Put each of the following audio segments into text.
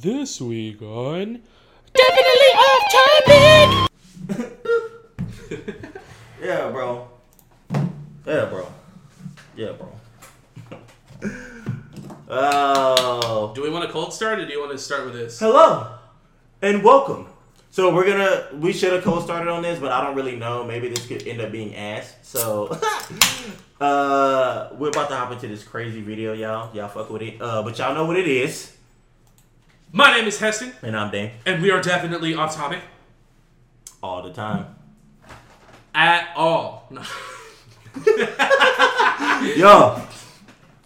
This week uh, on Definitely Off Topic! Yeah, bro. Yeah, bro. Yeah, bro. Oh. Do we want a cold start or do you want to start with this? Hello and welcome. So we're gonna we should have co-started on this, but I don't really know. Maybe this could end up being ass. So uh we're about to hop into this crazy video, y'all. Y'all fuck with it. Uh but y'all know what it is. My name is Heston, And I'm Dane. and we are definitely off topic All the time. at all. No. Yo.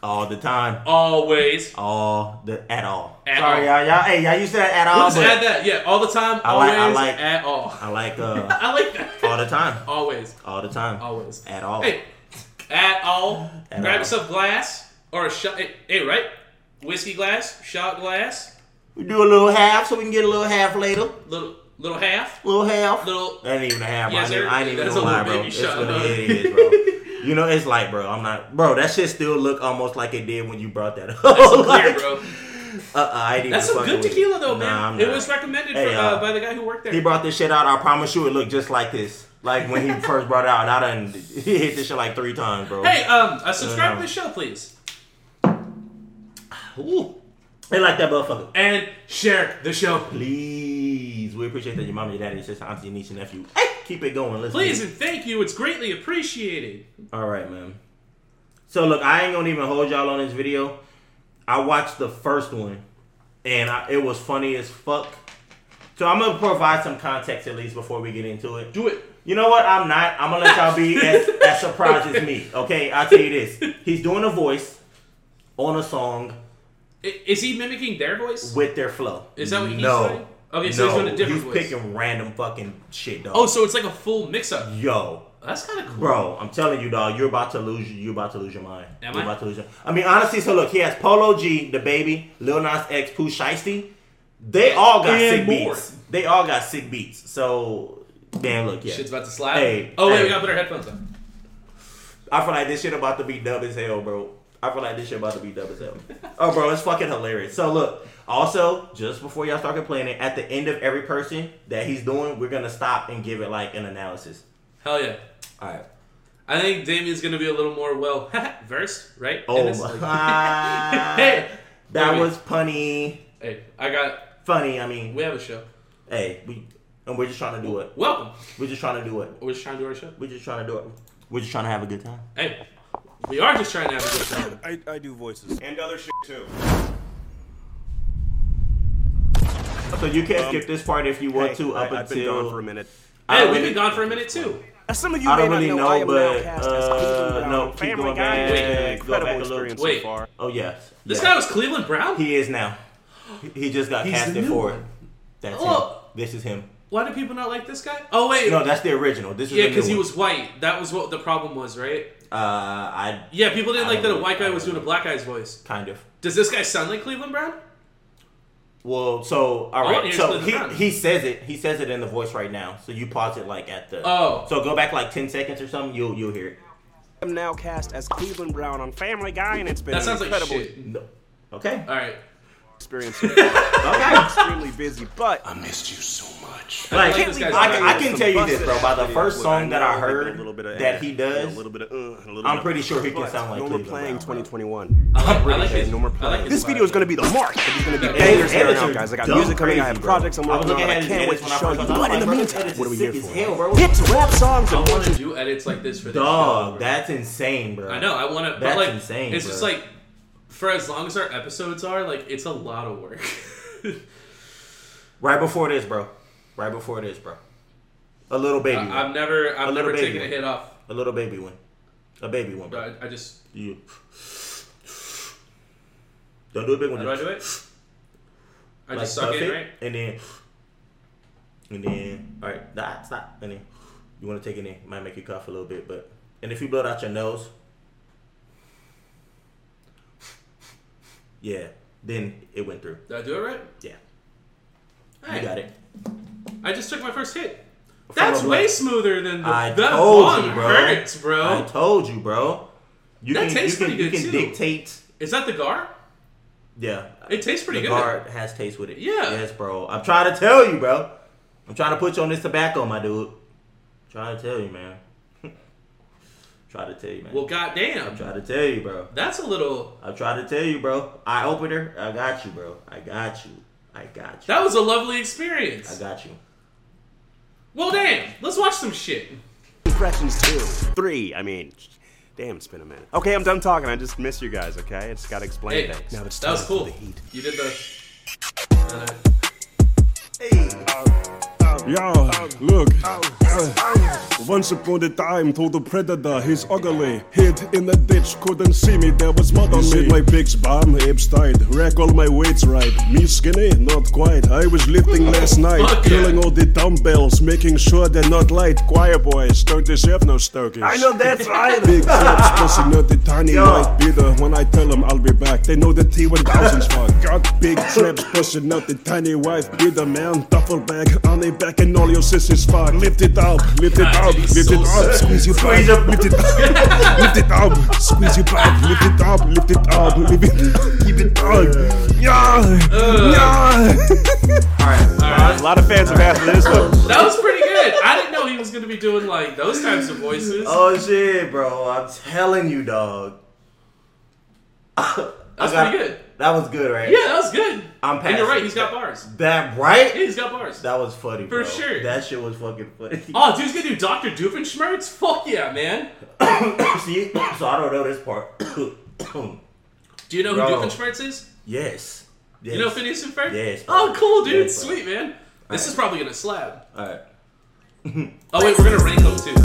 All the time. Always. All the at all. At Sorry, all. y'all. Y'all hey, y'all used to that at all. We'll just but add that. Yeah, all the time, I always, like- I like- at all. I like uh I like that. all the time. Always. All the time. Always. At all. Hey, at all. At Grab all. yourself a glass or a shot. Hey, hey, right? Whiskey glass, shot glass, We do a little half so we can get a little half later. little little half, Little half. little. That ain't even a half. Yes, I, ain't- sir. I ain't even That's gonna a lie, little bro. baby It's shot, gonna huh? it is, bro. You know, it's like, bro. I'm not, bro. That shit still look almost like it did when you brought that up. That's some clear, bro. Uh, uh, I ain't even That's some fucking good with tequila it. though, Nah, man. I'm It not. was recommended Hey, for, uh, uh, by the guy who worked there. He brought this shit out. I promise you, it looked just like this. Like when he first brought it out, I done he hit this shit like three times, bro. Hey, um, uh, subscribe Um, to the show, please. Ooh. They like that motherfucker. and share the show. Please, we appreciate that. Your mama, your daddy, your sister, auntie, niece, and nephew. Hey, keep it going. Let's Please and thank you. It's greatly appreciated. All right, man. So look, I ain't gonna even hold y'all on this video. I watched the first one, and I, it was funny as fuck. So I'm gonna provide some context at least before we get into it. Do it. You know what? I'm not. I'm gonna let y'all be as, as surprised as me. Okay, I'll tell you this. He's doing a voice on a song I- Is he mimicking their voice? with their flow. Is that what he's no. doing? Okay, so he's No. doing a different He's voice. picking random fucking shit, dog. Oh, so it's like a full mix-up. yo. That's kind of cool. Bro, I'm telling you, dog, you're about to lose. You're about to lose your mind. Am you're I? about to lose. Your, I mean, honestly, so look, he has Polo G, the baby, Lil Nas X, Pooh Shiesty. They all got And sick more. beats. They all got sick beats. So, damn, look, yeah, Shit's about to slide. Hey, oh wait, hey. we gotta put our headphones on. I feel like this shit about to be dub as hell, bro. I feel like this shit about to be dub as hell. oh, bro, it's fucking hilarious. So look, also just before y'all start complaining, at the end of every person that he's doing, we're gonna stop and give it like an analysis. Hell yeah. All right. I think Damien's gonna be a little more well versed, right? in Oh this? Like- my. hey, That Wait, was punny. hey, I got. Funny, I mean, We have a show. hey, we and we're just trying to do it. Welcome. We're just trying to do it. We're just trying to do our show. We're just trying to do it. We're just trying to have a good time. Hey, we are just trying to have a good time. I, I do voices. and other shit too. So you can skip this part if you want to up Um, I, have been until gone for a minute. I Hey, don't we've really- been gone for a minute too. As some of you I don't may really not know, know, I am but, now cast as uh, Cleveland no, Brown. keep Family going Guy. back, Wait, go back a incredible little. experience Wait. so far. Oh yes. This yes. guy was Cleveland Brown. He is now. He- He just got He's the casted new for it. one. That's him. Oh. This is him. Why do people not like this guy? Oh wait, No, that's the original. This is yeah, the new because he one. was white. That was what the problem was, right? Uh, I Yeah, people didn't I like don't that a white know. guy was doing a black guy's voice. kind of. Does this guy sound like Cleveland Brown? Well, so all Oh, right, here's so the he, front. he says it. He says it in the voice right now. So you pause it like at the. Oh. So go back like ten seconds or something. You'll you'll hear it. I'm now cast as Cleveland Brown on Family Guy, and it's been That an sounds like incredible shit. No. Okay. All right, experience. So far. Okay. Extremely busy, but I Missed you so much. I Like, like I, this can- guy's I voice. can tell you this, bro. By the videos first where song that know I they heard get a little bit of that ass, he a does, little bit of, uh, a little I'm bit pretty of, sure he can But sound like Norma Cleveland playing Brown, bro. 2021. I like, I pretty like sure his. Norma I like playing. his This video is vibe. going to be the mark. There's going to be Hey, Edits bangers coming are out, guys. I got dumb music coming. I have crazy, bro. projects I'm I was working on. looking I at his can't edits wait to when I show first you. saw it. But in Like, the bro, meantime, this what are we is here sick as for? hell, bro. Hits, rap songs, I and want to bunches. do edits like this for this show, Dog, bro. that's insane, bro. I know. I want to. That's but like, insane, It's just bro. like, for as long as our episodes are, like, it's a lot of work. Right before this, bro. Right before this, bro. A little baby. one. I've never, A I've little never baby taken a one. hit off. A little baby one. A baby one, bro. I, I just. You. Don't do a big one. How do I do it? I just suck puff it, right? And then, and then, all right, stop, stop. And then, you want to take it in. It might make you cough a little bit, but and if you blow it out your nose, yeah, then it went through. Did I do it right? Yeah, Hey, you got it. I just took my first hit. That's a way blunt. smoother than the. I that told bong you, bro. Hurts, bro. I told you, bro. You That can, tastes you can, pretty you good, can too. dictate. Is that the gar? Yeah, It tastes pretty the good. guard has taste with it. Yeah. Yes, bro. I'm trying to tell you, bro. I'm trying to put you on this tobacco, my dude. trying to tell you, man. trying to tell you, man. Well, goddamn, trying to tell you, bro. that's a little. I'm trying to tell you, bro. Eye opener. I got you, bro. I got you. I got you. That was a lovely I experience. got you. Well, damn. Let's watch some shit. Impressions two, three. I mean, damn, it's been a minute. Okay, I'm done talking. I just miss you guys. Okay, I just gotta explain Hey, things. that was for cool. the heat. You did the. Uh, Yeah, look. Once upon a time, told the predator he's ugly. Hid in a ditch, couldn't see me, there was mud on me. my big's bomb, apes tied. Rack all my weights right. Me skinny? Not quite. I was lifting last night, Fuck yeah. killing all the dumbbells, making sure they're not light. Choir boys don't deserve no stokies. I know that's right. Big flaps, pussy nut, the tiny Yo. white beater. When I tell them I'll be back, they know the T1000's fuck. Got big traps, pussy nut, the tiny white beater, man. Duffel bag on the back and all your sissies fuck. Lift it up, lift it God, up, dude, he's lift it so up, sad. squeeze your butt, Squeeze your- lift it up, lift it up, squeeze your butt, lift it up, lift it up, lift it, keep it up. Yeah, yeah. Uh. All right. All right. A lot of fans have asked for this one. that was pretty good. I didn't know he was gonna be doing like those types of voices. Oh shit, bro! I'm telling you, dog. That's I got- pretty good. That was good, right? Yeah, that was good. I'm And you're passing. right. He's got bars. That right? Yeah, he's got bars. That was funny, For bro. sure. That shit was fucking funny. Oh, dude's gonna do Doctor Doofenshmirtz? Fuck yeah, man. See, so I don't know this part. Do you know who Bro. Doofenshmirtz is? yes. yes. You know Phineas and Ferb? Yes, bro. Oh, cool, dude. Yes, bro. Sweet, man. This is probably gonna slap. All right. Oh wait, we're gonna rank them too.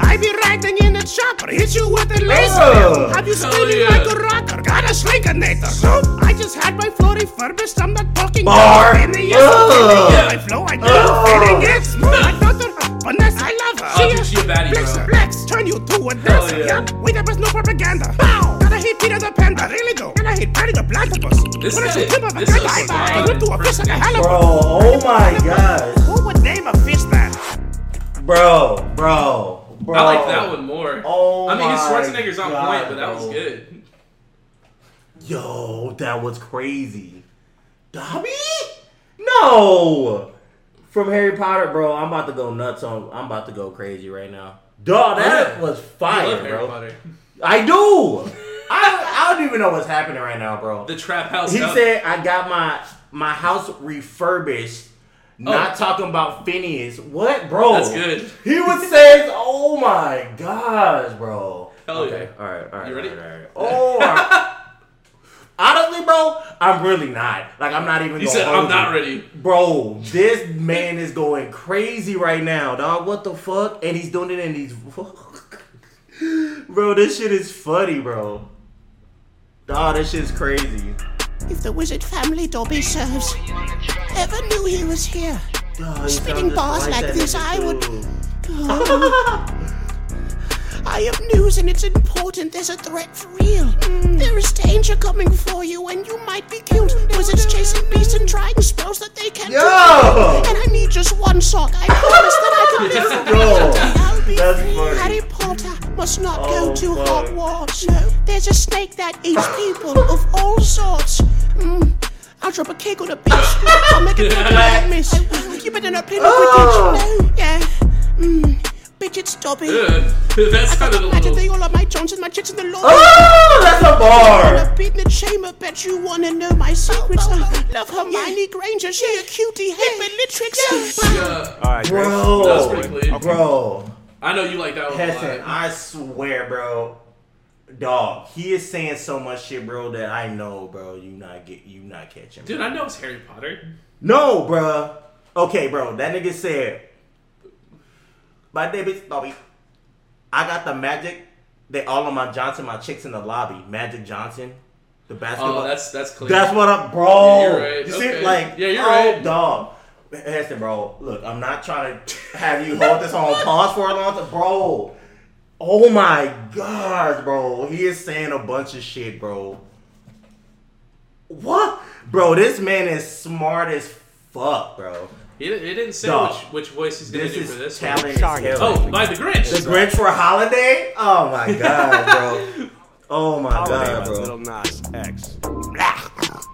I be riding in the chopper, hit you with a laser. Oh. Have you Hell screaming yeah. like a rocker? Got a shrinkinator. So I just had my flow refurbished. I'm not talking Bar. in the year. Oh. My flow, I know. Feeling gifts. My daughter, Vanessa, I love her. Oh, dude, she a baddie, flex, bro. flex, turn you to a Hell dancer. yeah. Yup, we there was no propaganda. Bow. Gotta hate Peter the Panda. I really do. Gotta hate Patty the Platypus. This Wanna guy- shoot him up a this good is eye. fine. I went to a fish like a Bro, halibut. oh my gosh. Who would name a fish that? Bro, bro, bro. I like that one more. Oh I mean, his my Schwarzenegger's on God, point, but that was bro. good. Yo, that was crazy. Dobby? No. From Harry Potter, bro. I'm about to go nuts on. I'm about to go crazy right now. Duh, that Yeah. was I fire, love bro. Harry Potter. I do. I, I don't even know what's happening right now, bro. The trap house. He stuff. said, "I got my my house refurbished." Not talking about Phineas. What, bro? Oh. That's good. He was saying, "Oh my gosh, bro." Hell okay, yeah. all right, all right. You ready? All right, all right. Oh. all right. Honestly, bro, I'm really not. Like, I'm not even. He gonna said, hold "I'm not you." ready." Bro, this man is going crazy right now, dog. What the fuck? And he's doing it in these. bro, this shit is funny, bro. Dog, this shit's crazy. If the wizard family Dobby serves ever knew he was here, Dog, he Spitting sounded bars like that this, nigga I would- too. I have news and it's important. There's a threat for real. Mm. There is danger coming for you and you might be killed. Wizards chasing beasts and trying spells that they can't Yo! do. And I need just one sock. I promise that I can live for Yo, I'll be that's free. funny. Harry Potter must not Oh, go to fuck. Hogwarts. No, there's a snake that eats people of all sorts. Mm. I'll drop a cake on a beach. I'll make a cake out of miss. You better not play no Oh. Quidditch. No, yeah. Mm. Bitch, it's Dobby. Ugh, that I sounded a got magic little. thing all of my joints and my chicks in the lawn. Oh, that's a I've bar. Oh, beaten the chamber, bet you wanna know my secrets. Love Hermione Granger, she a cutie, hate Bellatrix. Uh, All right, great. Bro, that was pretty clean. bro, I know you like that one a Heston, lot. I swear, bro, dog, he is saying so much shit, bro, that I know, bro, you not get, you not catching. Dude, I know it's Harry Potter. No, bruh. Okay, bro. That nigga said, "My name is Bobby. I got the magic. They all on my Johnson. My chicks in the lobby. Magic Johnson, the basketball. Oh, that's that's clear. That's what I'm, bro. Yeah, you're right. You see, Okay. like, Yeah, you're oh, right. dog. Heston, bro. Look, I'm not trying to have you hold this on pause for a long time, bro. Oh my gosh, bro. He is saying a bunch of shit, bro. What? Bro, this man is smart as fuck, bro. He, di- it didn't say Dog. which, which voice he's gonna This do for is this. one. talent as hell. Oh, by the Grinch. The Grinch for Holiday? Oh my god, bro. Oh my Holiday god, by bro. Little Nas X.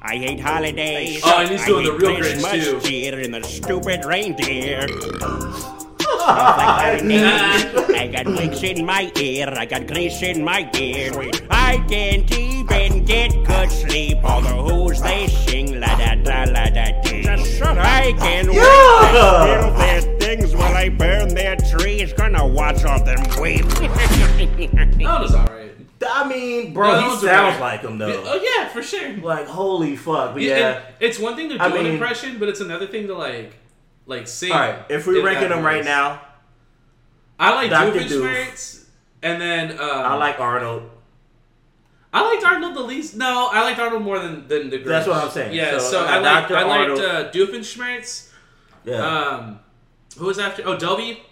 I hate holidays. Oh, and he's I doing the hate real Grinch, Christmas too. cheer and the stupid reindeer. I, got I got wigs in my ear. I got grease in my gear. I can't even get good sleep. All the who's they sing la da da la da dee. I can wait Yeah. to steal their things while I burn their trees. Gonna watch all them weep. That was alright. I mean, No, bro, that he was sounds alright. like him Yeah, though. oh yeah, for sure. Yeah, Like holy fuck, but yeah. and it's one thing to do I an mean- impression, but it's another thing to like, like sing. All right, if we're ranking that them right voice. now, I like Dr. Doofenshmirtz, Doof. and then um, I like Arnold. I liked Arnold the least. No, I liked Arnold more than than the Grinch. That's what I'm saying. Yeah, So, so, uh, I liked Dr. I liked Arnold. uh, Doofenshmirtz. Yeah. Um, who was after? Oh, Dobby,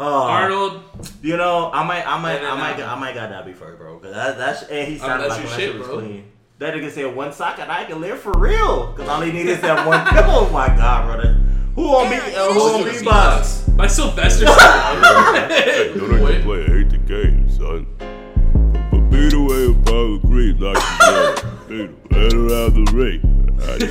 Uh, Arnold. You know, I might, I might, And then I might, that I might got that before, bro. Cause that, that's and he Oh, sounded like that's your when shit, that shit was bro. clean. That nigga said one sock and I can live for real. Cause all he needed is that one. oh my god, bro. That, who on me? Uh, who on me box? By Sylvester. Stallone. Don't have to Wait. play. I hate the game, son. But beat away if I was green like the Beat right around the ring. I shot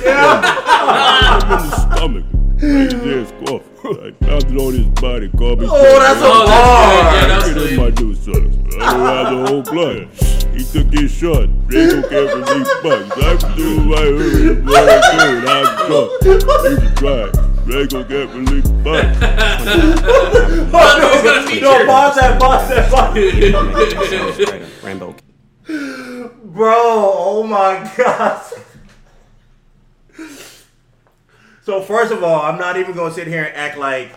him in the stomach. Made his ass cough. I pounded on his body, called me. Oh, that's a Oh, bar. that's Get good. him Yeah, my that's new son. I don't have the whole blood. He took his shot. They don't care for these bucks. I'm doing my hood. What I'm doing, I'm drunk. You can try. They don't care for these bucks. He's got a feature. No, pause that, pause that, pause that. Rambo. Bro, oh my god. so first of all, I'm not even gonna sit here and act like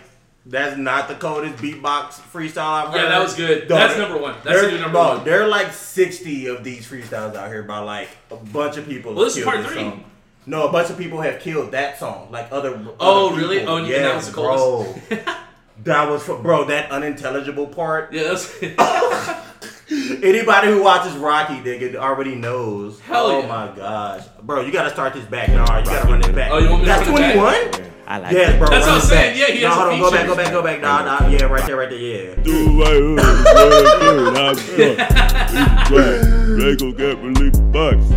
that's not the coldest beatbox freestyle I've heard. Yeah, that was good. No, That's there- number one. That's the there- new number no, one. There are like 60 of these freestyles out here by like a bunch of people. Well, this is killed part three. Song. No, a bunch of people have killed that song. Like other. Oh, other really? people. Oh, and you think that was the coldest? Bro. that was for, bro. That unintelligible part. Yeah, that's Anybody who watches Rocky, nigga, already knows. Hell oh yeah. my gosh, bro, you gotta start this back. No, you gotta run this back. Oh, you want me to That's run it back? 21. I like Yes, bro. That's run what I'm this saying. back. Yeah, he no, has hold a on. Go back, feature. go back, go back. Nah, nah, yeah, right there, right there. Yeah. Doing my hood. What I'm doing, I'm drunk. You can try. They don't care for these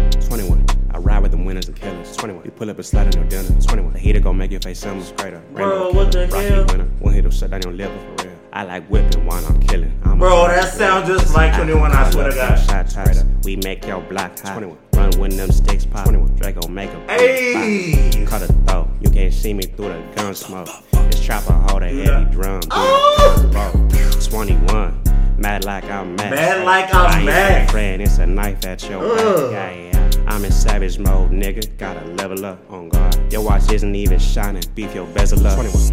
bucks. 21. I ride with them winners and killers. 21. You pull up and slide on no dinner. 21. The heater gon' make your face sound greater. Rainbow what killer, the Rocky hell? winner. One hit will shut down your liver for real. I like whipping while I'm killing. I'm a Bro, that sounds just like 21. I swear to God. Shots tighter. We make your block hot. 21. Run when them sticks pop. 21. Draco make a Hey. Cut a throat. You can't see me through the gun smoke. This chopper hold a Yeah. heavy drum. Oh. Bro, 21. Mad like I'm mad. Mad like I'm I ain't mad. your friend, it's a knife at your Ugh. back. Yeah, yeah. I'm in savage mode, nigga. Gotta level up on guard. Your watch isn't even shining. Beef your bezel up. 21.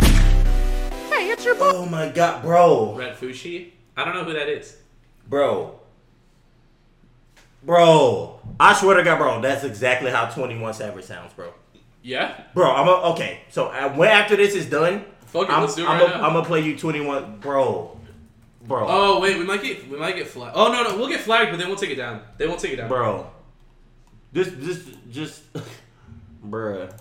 Oh my god, bro, Red Fushi. I don't know who that is. bro, bro. I swear to God, bro, that's exactly how 21 Savage sounds, bro. Yeah. Bro, I'm a, okay. So uh, when after this is done, Fuck it, I'm, let's do it I'm right a, now. I'm gonna play you 21, bro, bro, Oh wait, we might get we might get flagged. Oh no, no, we'll get flagged, but they won't take it down. They won't take it down. bro. This, this, just, bruh.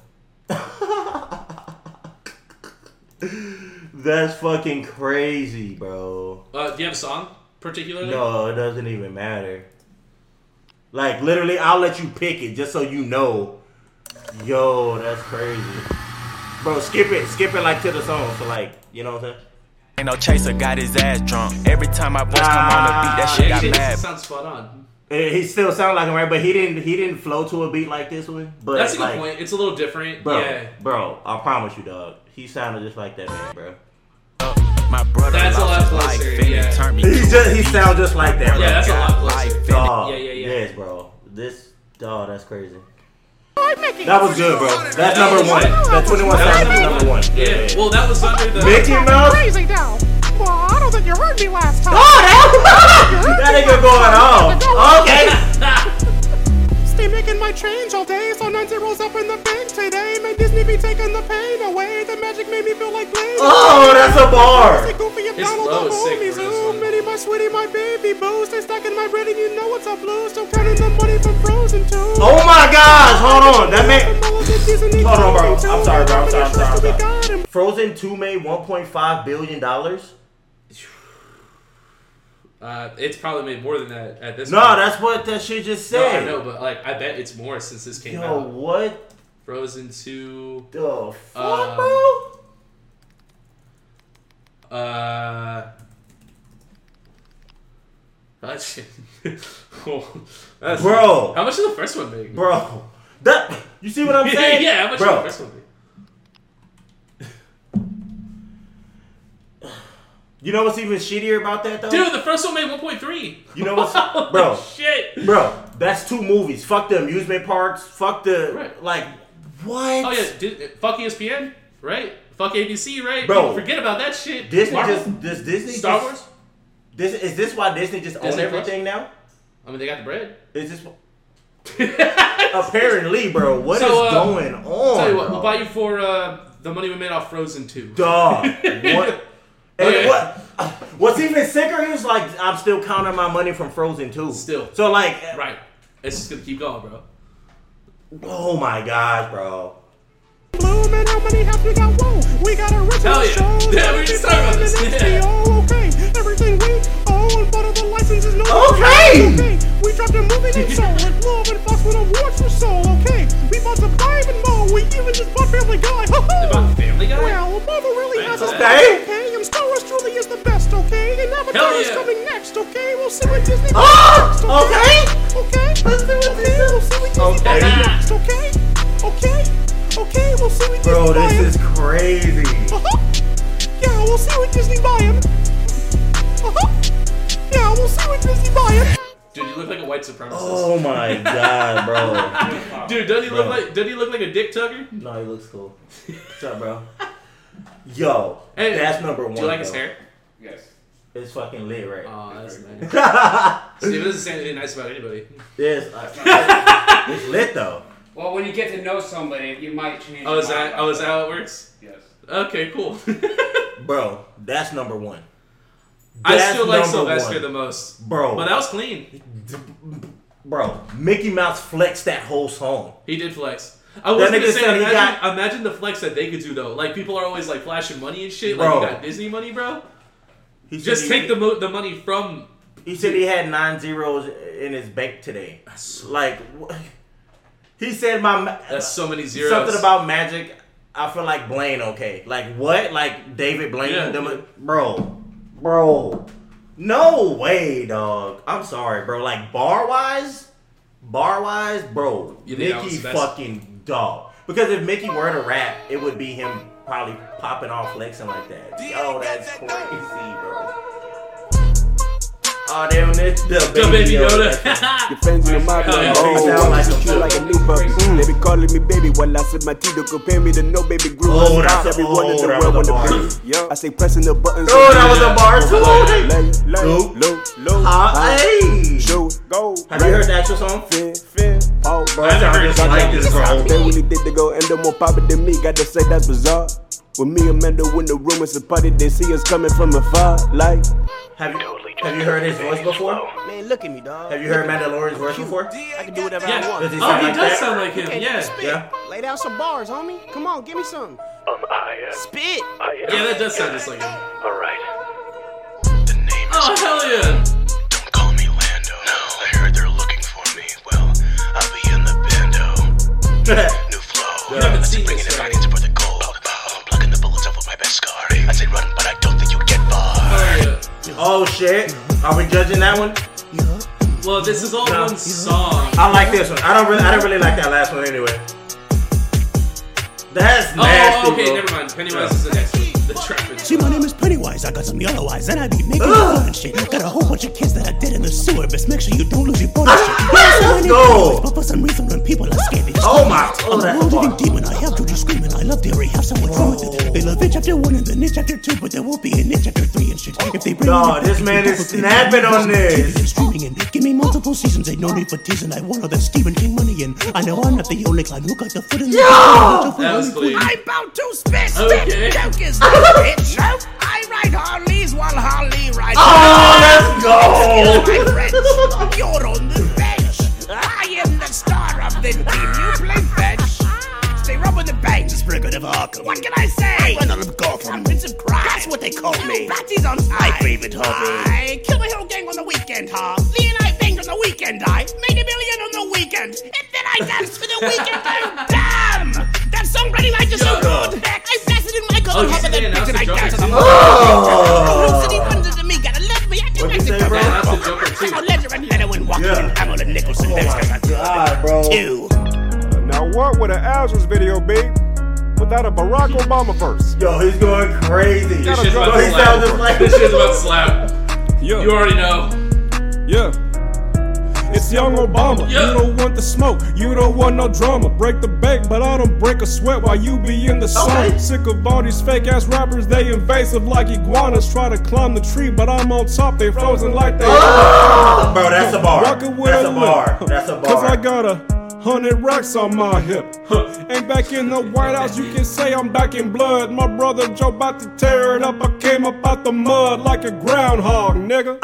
That's fucking crazy, bro. Uh, do you have a song particularly? No, it doesn't even matter. Like literally, I'll let you pick it just so you know. Yo, that's crazy, bro. Skip it, skip it like to the song. So like, you know what I'm saying? Ain't no chaser, got his ass drunk. Every time my voice come on the beat, that shit Yeah, got shit, mad. this sounds spot on. Eh, He still sound like him, right? But he didn't. He didn't flow to a beat like this one. But That's a good like, point. It's a little different. bro, Yeah. bro. I promise you, dog. He sounded just like that man, bro. My brother That's a lot lost his life, closer, and yeah. it turned me He to just he sound just like that, bro. Yeah, that's a lot closer. life. and Dog, Yeah, yeah, yeah. Yes, bro. This dog, that's crazy. That was good, bro. That's number was one. it. That 21 That Savage was is number one. Yeah. Well, that was under the. Mickey Mouse. crazy now. Well, I don't think you heard me last time. Oh, that, that nigga going off. Okay. Stay making my change all day, so Nancy rolls up in the bank today. May Disney be taking the pain away. The magic made me feel like Blaine. Oh, that's a Say bar. Goofy and His Donald flow the is sick homies. for this Ooh, one. Minnie, my sweetie, my baby boo. Stay stuck in my bread and you know what's up, blue. Still counting the money from Frozen too. Oh my gosh, hold on. That man. Hold Hold on, bro. I'm sorry, bro. I'm sorry, I'm sorry, I'm sorry. Frozen 2 made $1.5 billion. Uh, it's probably made more than that at this No, point. that's what that shit just No, I said. know, but like I bet it's more since this came Yo, out. what Frozen two. the fuck, Um, bro? Uh. That shit. Oh, that's- Bro. how much did the first one make? Bro, that you see what I'm saying? yeah, how much did the bro. first one make? You know what's even shittier about that though? Dude, the first one made 1.3. You know what's bro, Shit. bro? That's two movies. Fuck the amusement parks. Fuck the Right. like. What? Oh yeah, Di- fuck ESPN, right? Fuck ABC, right? Bro. People forget about that shit. Disney Marvel. just this Disney Star just- Wars. This is this why Disney just owns Disney Plus? everything now? I mean, they got the bread. Is this apparently, bro? What is So, uh, going on? Tell you what, bro? we'll buy you for uh, the money we made off Frozen Two. Dog. What? And Okay. what? What's even sicker? He was like, I'm still counting my money from Frozen 2. Still. So like, uh, Right. It's just gonna keep going, bro. oh my gosh, bro. Bloom and how many hats we got? Whoa, we got a original Hell yeah. show. Yeah, we were just talking about this. Yeah. Oh, okay. Everything we own, but the license is no Okay. okay. We dropped a movie named Soul and Love and Fox with awards for Soul. Okay, we bought the Bible Mo. We even just bought Family Guy. Ho They bought Family Guy? Well, Mother really has us. Okay. Okay, and Star Wars truly is the best. Okay, and Avatar Hell is yeah. coming next. Okay, we'll see what Disney. Oh, okay. Okay, let's do it. We'll see what Disney Okay. does next, okay? Okay? Okay, we'll see what Disney Bro, buy him. this is crazy. Uh-huh. Yeah, we'll see what Disney buy him. Uh-huh. Yeah, we'll see what Disney buy him. Dude, you look like a white supremacist. Oh my god, bro. Dude, doesn't he look Bro. like doesn't he look like a dick tugger? No, he looks cool. What's up, bro? Yo, Hey, that's number one. Do you like his bro. hair? Yes. It's fucking lit, right? Oh, that's nice. Steven doesn't say anything nice about anybody. Yes, I- uh, it's lit though. Well, when you get to know somebody, you might change. Oh, is your mind that about oh is that how it works? Yes. Okay, cool. Bro, that's number one. I That's still like number Sylvester one. the most. Bro. But that was clean. Bro, Mickey Mouse flexed that whole song. He did flex. I was gonna nigga say, said he imagine, got- imagine the flex that they could do though. Like people are always like flashing money and shit. Bro. Like you got Disney money, bro. He said Just he- take the mo- the money from. He said he had nine zeros in his bank today. Like, wh- he said my ma- That's so many zeros. something about magic. I feel like Blaine. Okay, like what? Like David Blaine? Yeah. Them- bro, bro, no way, dog. I'm sorry, bro. Like bar wise, bar wise, bro. You think that Mickey was the best? fucking dog. Because if Mickey were to rap, it would be him probably popping off flexing like that. Yo, that's crazy, bro. Oh, damn, this the the baby Yoda. Yoda. Your fans in the mob Oh, yeah. like, oh, Sound like a Mm. I treat you fool. like a new buck. They be calling me baby while I sip my tea to compare me to no baby grew Oh, up. that's a- Everyone in oh, the that world was wanna a be. Yeah. I say pressing the buttons. Oh, that was a bar too. Lay, lay, Low, low, low, Ah, hey. shoot, go. Have you heard the actual song? Fin, fin, oh, bro. I never heard like this, bro. They really think they go end up more popular than me. Gotta say that's bizarre. With me and Mendo in the room, it's a party. They see us coming from afar, like. Have you, have you heard his voice before? Man, look at me, dog. Have you heard Mandalorian's voice before? I can do whatever Yeah. I want. Does he Oh, sound he like does that? sound like him. Yeah. Yeah. Lay down some bars, homie. Come on, give me some. Spit. Yeah, that does sound just like him. Alright. The name is. Oh hell yeah! Don't call me Lando. No. I heard they're looking for me. Well, I'll be in the bando. New flow. You haven't Let's seen bring this, it in right? pockets for the gold. I'm unplugging the bullets off with my best scar. I say run, but I don't think you get far. Oh yeah. Oh shit. Are we judging that one? Well, this is all one song. I like this one. I don't really, I don't really like that last one anyway. That's nasty, Oh, okay, bro. never mind. Pennywise is the next one. The traffic. See, my name is Pennywise. I got some yellow eyes, and I be making love and shit. Got a whole bunch of kids that I did in the sewer. Best make sure you don't lose your phone Ah, and shit. So my Let's name is Pennywise, go. But for some reason, when people are scared, they just Oh my. Oh, I'm a that's world eating hard. demon. I have Juju screaming. I love dairy. Have someone wrong with it. They love it chapter one and then it chapter two, but there won't be an it chapter three and shit. If they bring No, it this back, man they is double- snapping on this. And streaming and give me multiple seasons. Ain't no need for teasing. I want all that Stephen King money and I know I'm not the only clown who got the foot in the That was clean. I'm about to spit, spit, Okay. joke is no bitch, Oh, no. I ride Harleys while Harley rides. Oh, let's go. My friends, you're on the bench. I am the star of the team. You play fetch. Stay rubbing the bangs, Sprigger. of Arkham. What can I say? I went on of Gotham. I'm Prince of Crime. That's what they call me. Ratties on I crave it, hobby. I kill the whole gang on the weekend, huh? Lee and I banged on the weekend, I made a million on the weekend. And then I danced for the weekend, oh damn! That songwriting I just so good. I blasted in my Oh, car on you top of the said bricks and I announce danced the on the Joker. Oh, Oh. Who said he wanted to me? Gotta love me. I do like to cover. I'm Ledger and Leto and Walker and Hamill and Nicholson. Those guys are Oh, God, bro. Two. Now what would an Azra's video be without a Barack Obama verse? Yo, he's going crazy. Got This a shit's drug about to dealer. slap. This shit's about to slap. Yeah. You already know. Yeah. It's young Obama. You don't want the smoke. You don't want no drama. Break the bank, but I don't break a sweat while you be in the sun. Sick of all these fake ass rappers. They invasive like iguanas. Try to climb the tree, but I'm on top. They frozen like they. Oh! Bro, that's a bar. Walking with That's a lip. bar. That's a Cause bar. I got a hundred racks on my hip. Ain't back in the White House, you can say I'm back in blood. My brother Joe about to tear it up. I came up out the mud like a groundhog, nigga.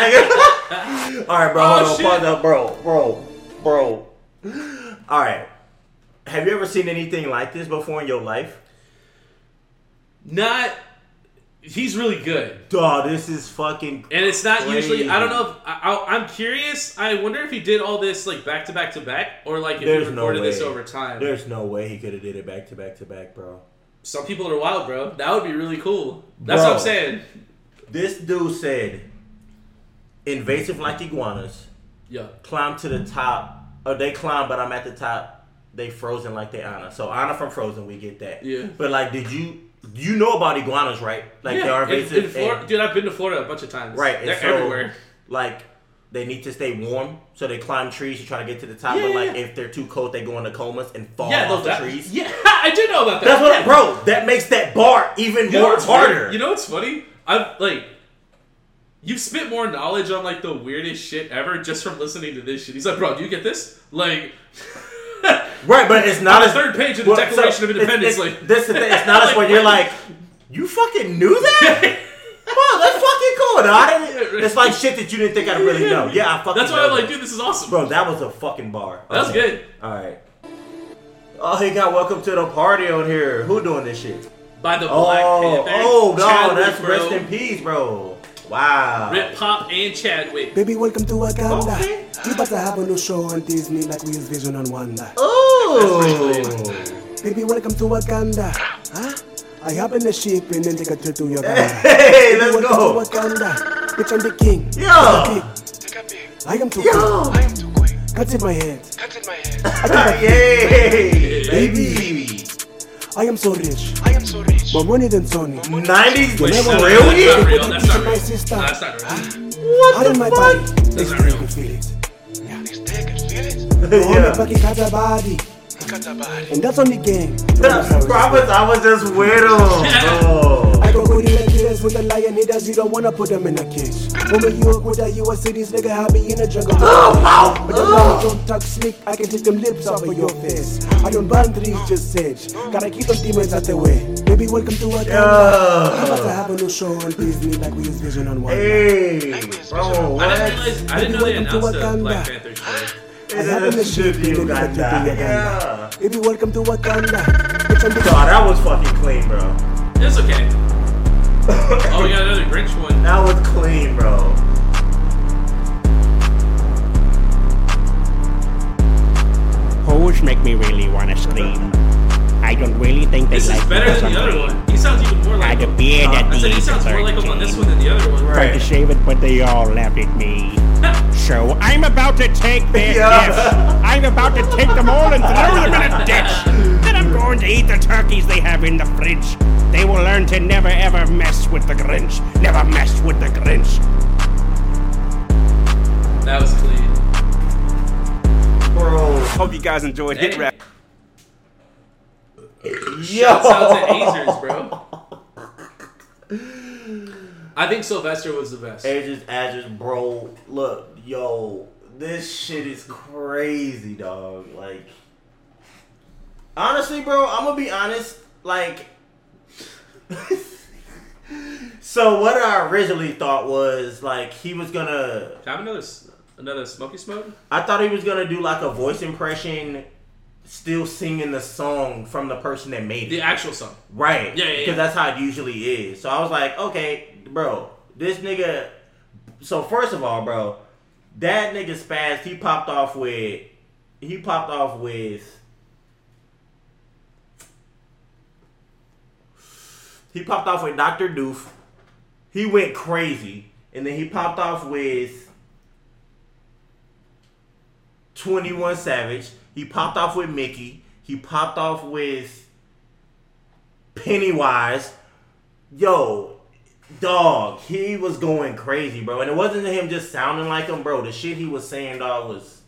All right, bro. Oh, hold on. Pause up, bro. Bro. Bro. All right. Have you ever seen anything like this before in your life? Not. He's really good. Duh, this is fucking. And it's not crazy. usually. I don't know if I, I, I'm curious. I wonder if he did all this like back to back to back, or like if There's he no recorded way. this over time. There's no way he could have did it back to back to back, bro. Some people are wild, bro. That would be really cool. That's what I'm Bro. saying. This dude said, invasive like iguanas. Yeah. Climb to the top. Or they climb, but I'm at the top. They frozen like they Anna. So Anna from Frozen, we get that. Yeah. But like, did you you know about iguanas, right? Like Yeah, they are in- in invasive. Flor- and- dude, I've been to Florida a bunch of times. Right. and They're so, everywhere. Like they need to stay warm, so they climb trees to try to get to the top. Yeah, but yeah, like if they're too cold, they go into comas and fall Yeah, off those the that, trees. Yeah, I do know about that. That's what, Yeah. bro. That makes that bar even You know more what's funny? harder. You know what's funny? I've like you spit more knowledge on like the weirdest shit ever just from listening to this shit. He's like, bro, do you get this? Like Right, but it's not on as the third page of the well, so Declaration of it's- it's- Independence. like this is the thing. It's not as when you're like, you fucking knew that. Wow, that's fucking cool. No, I didn't, it's like shit that you didn't think I'd really know. Yeah, I fucking. That's why know I'm like, that. dude, this is awesome. Bro, that was a fucking bar. That was good. All right. Oh, he got welcome to the party on here. Who doing this shit? By the oh, Black Panther, Oh, no, Chadwick, that's bro. rest in peace, bro. Wow. Rip Pop and Chadwick. Baby, welcome to Wakanda. We about to have a new show on Disney like we use Vision and Wanda. Oh. Baby, welcome to Wakanda. Huh? I hop in the ship and then take a trip to Uganda. Hey, let's Baby, go. welcome to Wakanda. Bitch, I'm the king. Yo. I'm the king. I am too Yo. quick. I am too quick. Cut in my hand. Cut in my hand. Yay, baby. I am so rich. I am so rich. More money than Sony. 90 You never- trillion? Put the piece of my sister. What out of the my fuck? body. This nigga could feel it. Yeah. Yeah. Only fucking cut her body. And that's on the gang. Promise I was just with him, bro. I go go to the killers with the lion hitters, you don't wanna put them in a cage. When you work with the US cities, nigga, I'll be in a jungle. Oh, But the moment don't talk slick, I can take them lips off of your face. I don't burn trees, just sage. Gotta keep them demons out the way. Baby, welcome to our Yeah. I'm about to have a new show on Disney like we use Vision on one. Hey, bro, I what? didn't realize I didn't know they Welcome to announced the Black Wakanda. Panther show. I have a mission Should be to Uganda. Yeah. Baby, welcome to Wakanda. Bitch, I'm the God, that was fucking clean, bro. It's okay. oh, we got another Grinch one. That was clean, bro. Hoes make me really wanna scream. I don't really think they This like is better than the other one. He sounds even more like I him. appeared at I the said he age of sounds more like him on this one than the other one. Tried to shave it, but they all laughed at me. so I'm about to take their Yeah. gifts. I'm about to take them all and throw them in a ditch. Then I'm going to eat the turkeys they have in the fridge. They will learn to never ever mess with the Grinch. Never mess with the Grinch. That was clean. Bro. Hope you guys enjoyed Hit Rap. Shouts out to Azers, bro. I think Sylvester was the best. Azers, Azers, bro. Look, yo, this shit is crazy, dog. Like, honestly, bro, I'm gonna be honest. Like, so what I originally thought was like he was gonna. Can I have another s- another smoky smoke? I thought he was gonna do like a voice impression still singing the song from the person that made it. The actual song. Right. Yeah, yeah, yeah. Because that's how it usually is. So I was like, okay, bro, this nigga. So first of all, bro, that nigga Spaz, he popped off with, he popped off with. He popped off with Doctor Doof. He went crazy, and then he popped off with Twenty One Savage. He popped off with Mickey. He popped off with Pennywise, yo, dog, he was going crazy, bro. And it wasn't him just sounding like him, bro. The shit he was saying, dog, was,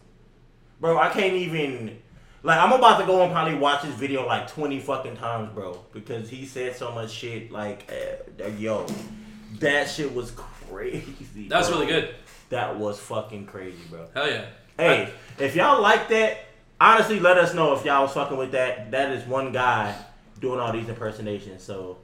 bro. I can't even. Like I'm about to go and probably watch this video like 20 fucking times, bro, because he said so much shit. Like, eh, yo, that shit was crazy. That was bro. really good. That was fucking crazy, bro. Hell yeah. Hey, if y'all like that, honestly, let us know if y'all was fucking with that. That is one guy doing all these impersonations. So,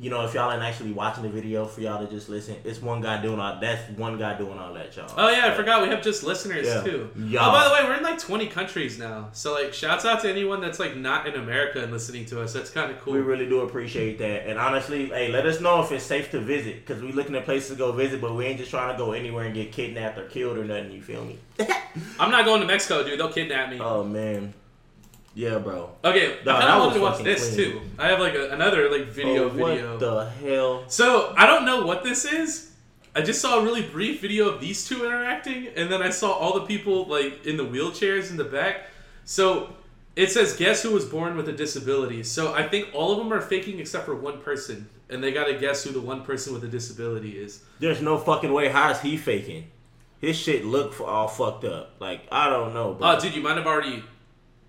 you know, if y'all ain't actually watching the video for y'all to just listen, it's one guy doing all. That's one guy doing all that, y'all. Oh yeah, I forgot we have just listeners Yeah. too. Yeah. Oh, by the way, we're in like 20 countries now. So like, shouts out to anyone that's like not in America and listening to us. That's kind of cool. We really do appreciate that. And honestly, hey, let us know if it's safe to visit because we looking at places to go visit, but we ain't just trying to go anywhere and get kidnapped or killed or nothing. You feel me? I'm not going to Mexico, dude. They'll kidnap me. Oh man, yeah, bro. Okay, Nah, I that kind of wanted was to watch fucking this clean. too. I have like a, another like video Oh, what video. the hell? So I don't know what this is. I just saw a really brief video of these two interacting, and then I saw all the people like in the wheelchairs in the back. So it says, "Guess who was born with a disability." So I think all of them are faking except for one person, and they got to guess who the one person with a disability is. There's no fucking way. How is he faking? His shit look for all fucked up. Like I don't know, bro. Oh, dude, you might have already.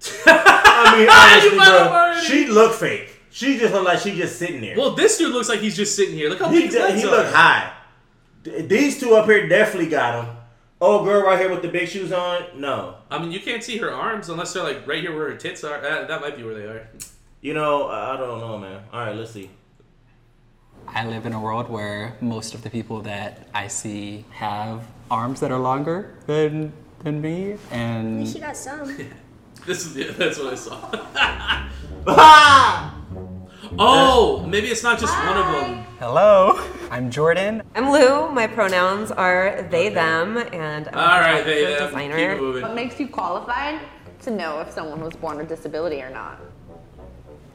I mean, You honestly, might have bro, already- she look fake. She just look like she just sitting there. Well, this dude looks like he's just sitting here. Look how he big his d- legs he are. look high. D- these two up here definitely got him. Old girl right here with the big shoes on. No, I mean, you can't see her arms unless they're like right here where her tits are. Uh, that might be where they are. you know I I don't know, man. All right, let's see. I live in a world where most of the people that I see have arms that are longer than than me, and got some. This is yeah, that's what I saw. Oh, maybe it's not just one of them. hello, I'm Jordan. I'm Lou. My pronouns are they, them, and um, I'm All a right, they, graphic them. designer. Keep it moving. What makes you qualified to know if someone was born with disability or not?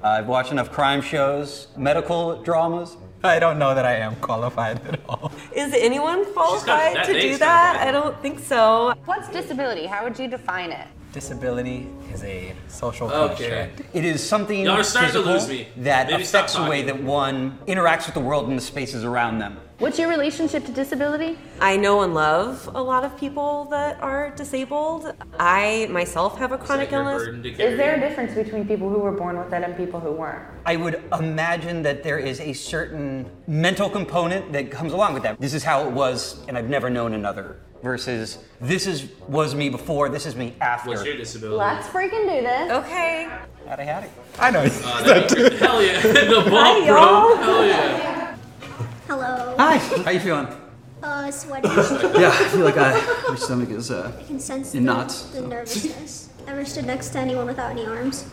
I've watched enough crime shows, medical dramas. I don't know that I am qualified at all. Is anyone qualified that to name do sounds that? I don't think so. What's disability? How would you define it? Disability is a social Okay. construct. It is something Y'all are starting to physical lose me. that Maybe stop affects the way that one interacts with the world and the spaces around them. What's your relationship to disability? I know and love a lot of people that are disabled. I myself have a chronic illness. Is there a difference between people who were born with it and people who weren't? I would imagine that there is a certain mental component that comes along with that. This is how it was, and I've never known another. Versus, this is was me before, this is me after. What's your disability? Let's freaking do this. Okay. Glad I had it. I know. Uh, Hell yeah, the ball, Hi, bro. y'all. Hell yeah. Hello. Hi. How you feeling? Uh, sweaty. yeah, I feel like I, my stomach is uh, I can sense in the, knots. the nervousness. Ever stood next to anyone without any arms?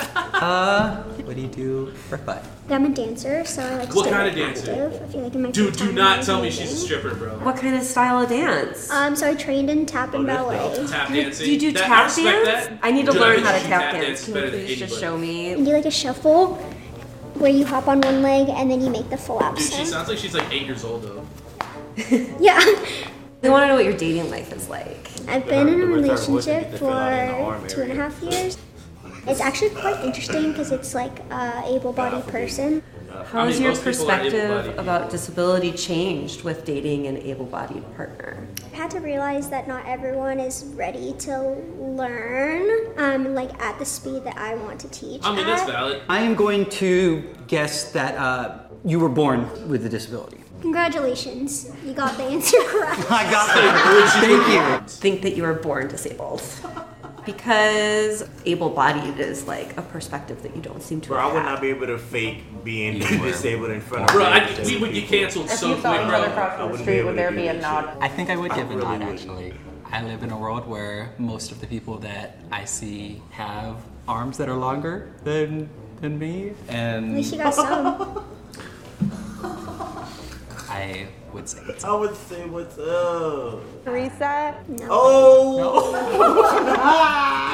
Uh, what do you do for fun? I'm a dancer, so I like to What stay kind of very dancer? active. I feel like it makes Dude, my do time not really tell me moving. she's a stripper, bro. What kind of style of dance? Um, so I trained in tap Oh, and ballet. Tap dancing. Do you do That- I tap respect dance? that. I need to Dude, I learn bet how to she tap tap dance. dance Can better you than please just anybody. show me? And do like a shuffle, where you hop on one leg and then you make the full out Dude, she sound. sounds like she's like eight years old though. Yeah. They want to know what your dating life is like. I've been in The a rich are always relationship gonna get the fill out in the for arm two and a area. half years. It's actually quite interesting because it's like a able-bodied person. How has your perspective about disability changed with dating an able-bodied partner? I've had to realize that not everyone is ready to learn, um, like at the speed that I want to teach. at. valid. I am going to guess that uh, you were born with a disability. Congratulations, you got the answer correct. I got that. Thank you. Think that you were born disabled. Because able-bodied is like a perspective that you don't seem to Bro, I have. would not be able to fake being disabled in front of Bro, I, random we would get canceled so quick, bro. across I from the wouldn't be street, able would to there do be a that nod? I think I would give a nod actually. I live in a world where most of the people that I see have arms that are longer than than me, At and least you got some. I would say it's I would say what's up. Reset? No. Oh!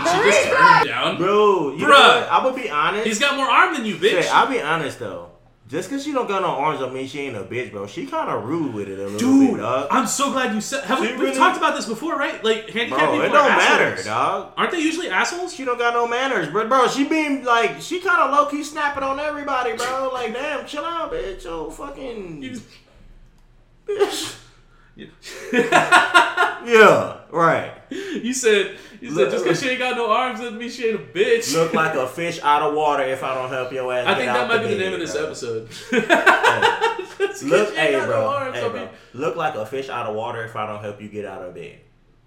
Did she just turn him down? Bro, you Bruh. know what? I'm gonna be honest. He's got more arm than you, bitch. Shit, I'll be honest though. Just cause she don't got no arms on me, she ain't a bitch, bro. She kind of rude with it a little bit, Dude, dog. I'm so glad you said. Have we, She we've really- talked about this before, right? Like handicapped Bro, people it are don't matter, assholes. dog. Aren't they usually assholes? She don't got no manners, bro. Bro, she being like she kind of low key snapping on everybody, bro. Like, damn, chill out, bitch. Oh, fucking bitch. yeah, right. You said you said Look- just because she ain't got no arms doesn't mean she ain't a bitch. Look like a fish out of water if I don't help your ass. I get think out that might be the bed, name of this bro. episode. Look, she hey, got no bro, arms, hey, I bro. mean- Look like a fish out of water if I don't help you get out of bed.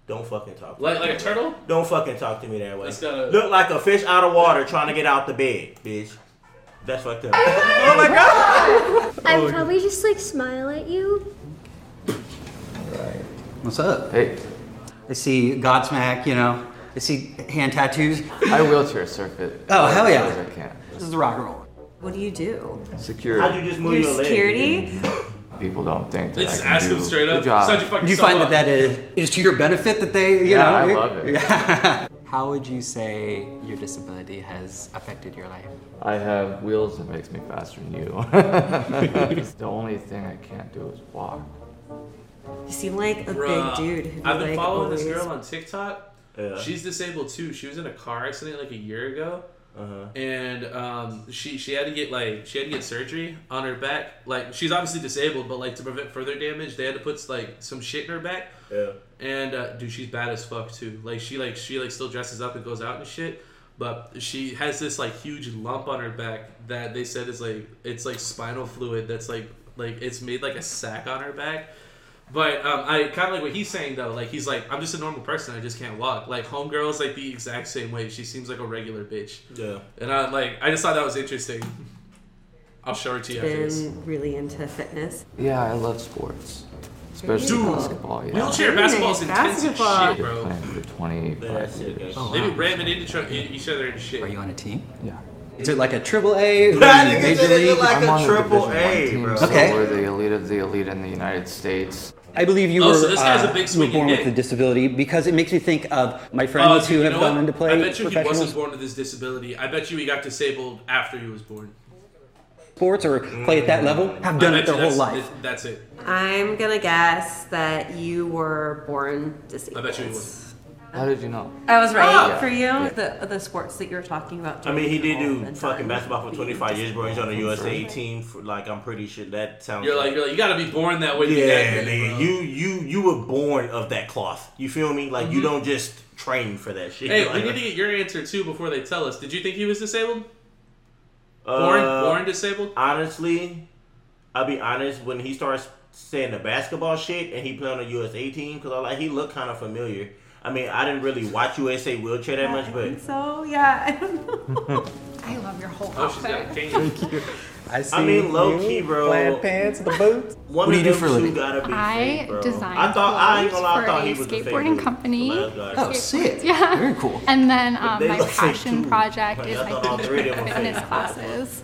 Don't fucking talk. to Like- me like a that way. turtle? Don't fucking talk to me that way. That's gotta- Look like a fish out of water trying to get out the bed, bitch. That's fucked up. oh my god. I would probably just like smile at you. What's up? Hey. I see Godsmack, you know. I see hand tattoos. I wheelchair surf it. Oh, hell yeah. As I can. This is rock and roll. What do you do? Security. How'd you just move Your your leg? security? People don't think that Let's I can ask do them straight up. the job. Sound you fucking Do you self find up. that that is, is to your benefit that they, you Yeah, know? I you- love it. Yeah. How would you say your disability has affected your life? I have wheels that makes me faster than you. the only thing I can't do is walk. You seem like a Bruh. big dude. who, I've been like, following this always- girl on TikTok. Yeah. She's disabled too. She was in a car accident like a year ago, and um, she she had to get like she had to get surgery on her back. Like she's obviously disabled, but like to prevent further damage, they had to put like some shit in her back. Yeah. And uh, dude, she's bad as fuck too. Like she like she like still dresses up and goes out and shit. But she has this like huge lump on her back that they said is like it's like spinal fluid that's like like it's made like a sack on her back. But um, I kind of like what he's saying though. Like he's like, I'm just a normal person. I just can't walk. Like homegirl's like the exact same way. She seems like a regular bitch. Yeah. And I like I just thought that was interesting. I'll show it to you after this. Been really into fitness. Yeah, I love sports. Especially Dude, basketball. Yeah. wheelchair basketball's intense as Basketball. shit, bro. Playing for 25 years. Oh, They be ramming into tr- e- each other and shit. Are you on a team? Yeah. Is it like a triple A? or That a nigga major said it league? looked like I'm on the triple Division A, one team, bro. so Okay. We're the elite of the elite in the United States. I believe you Oh, were, so this guy's a uh, big you were swinging born dick. with a disability because it makes me think of my Oh, friends dude, who you have know what? gone into play I bet you he wasn't professional born with this disability. I bet you he got disabled after he was born. sports or play at that level have done Mm. I bet it their you whole that's- life. That's it. I'm gonna guess that you were born disabled. I bet you he was. Oh! How did you know? I was right Ah. for you. Yeah. The the sports that you were talking about. I mean, he did all do the fucking time. basketball for 25 years, bro. He's on the USA team. For, like, I'm pretty sure that sounds. You're like you're like you gotta be born that way. to be yeah, that good, nigga. bro. You you you were born of that cloth. You feel me? Like you Mhm. don't just train for that shit. Hey, we Like- need to get your answer too before they tell us. Did you think he was disabled? Born, Uh, born disabled. Honestly, I'll be honest. When he starts saying the basketball shit and he played on the USA team, because I like he looked kind of familiar. I mean, I didn't really watch USA wheelchair that much, but So yeah, I don't know. I love your whole Oh, she's got a cane. I, see mean, low you, key, bro. plaid pants, the boots. One What do of you do them for a two living? Gotta be I fake, bro. design I thought I ain't clothes gonna lie, I for thought a he was a fake skateboarding dude. company. Oh, sick. Yeah. Very cool. And then um, They my look sick passion too. project Like, is I I thought all teach three of them were fitness fake. classes.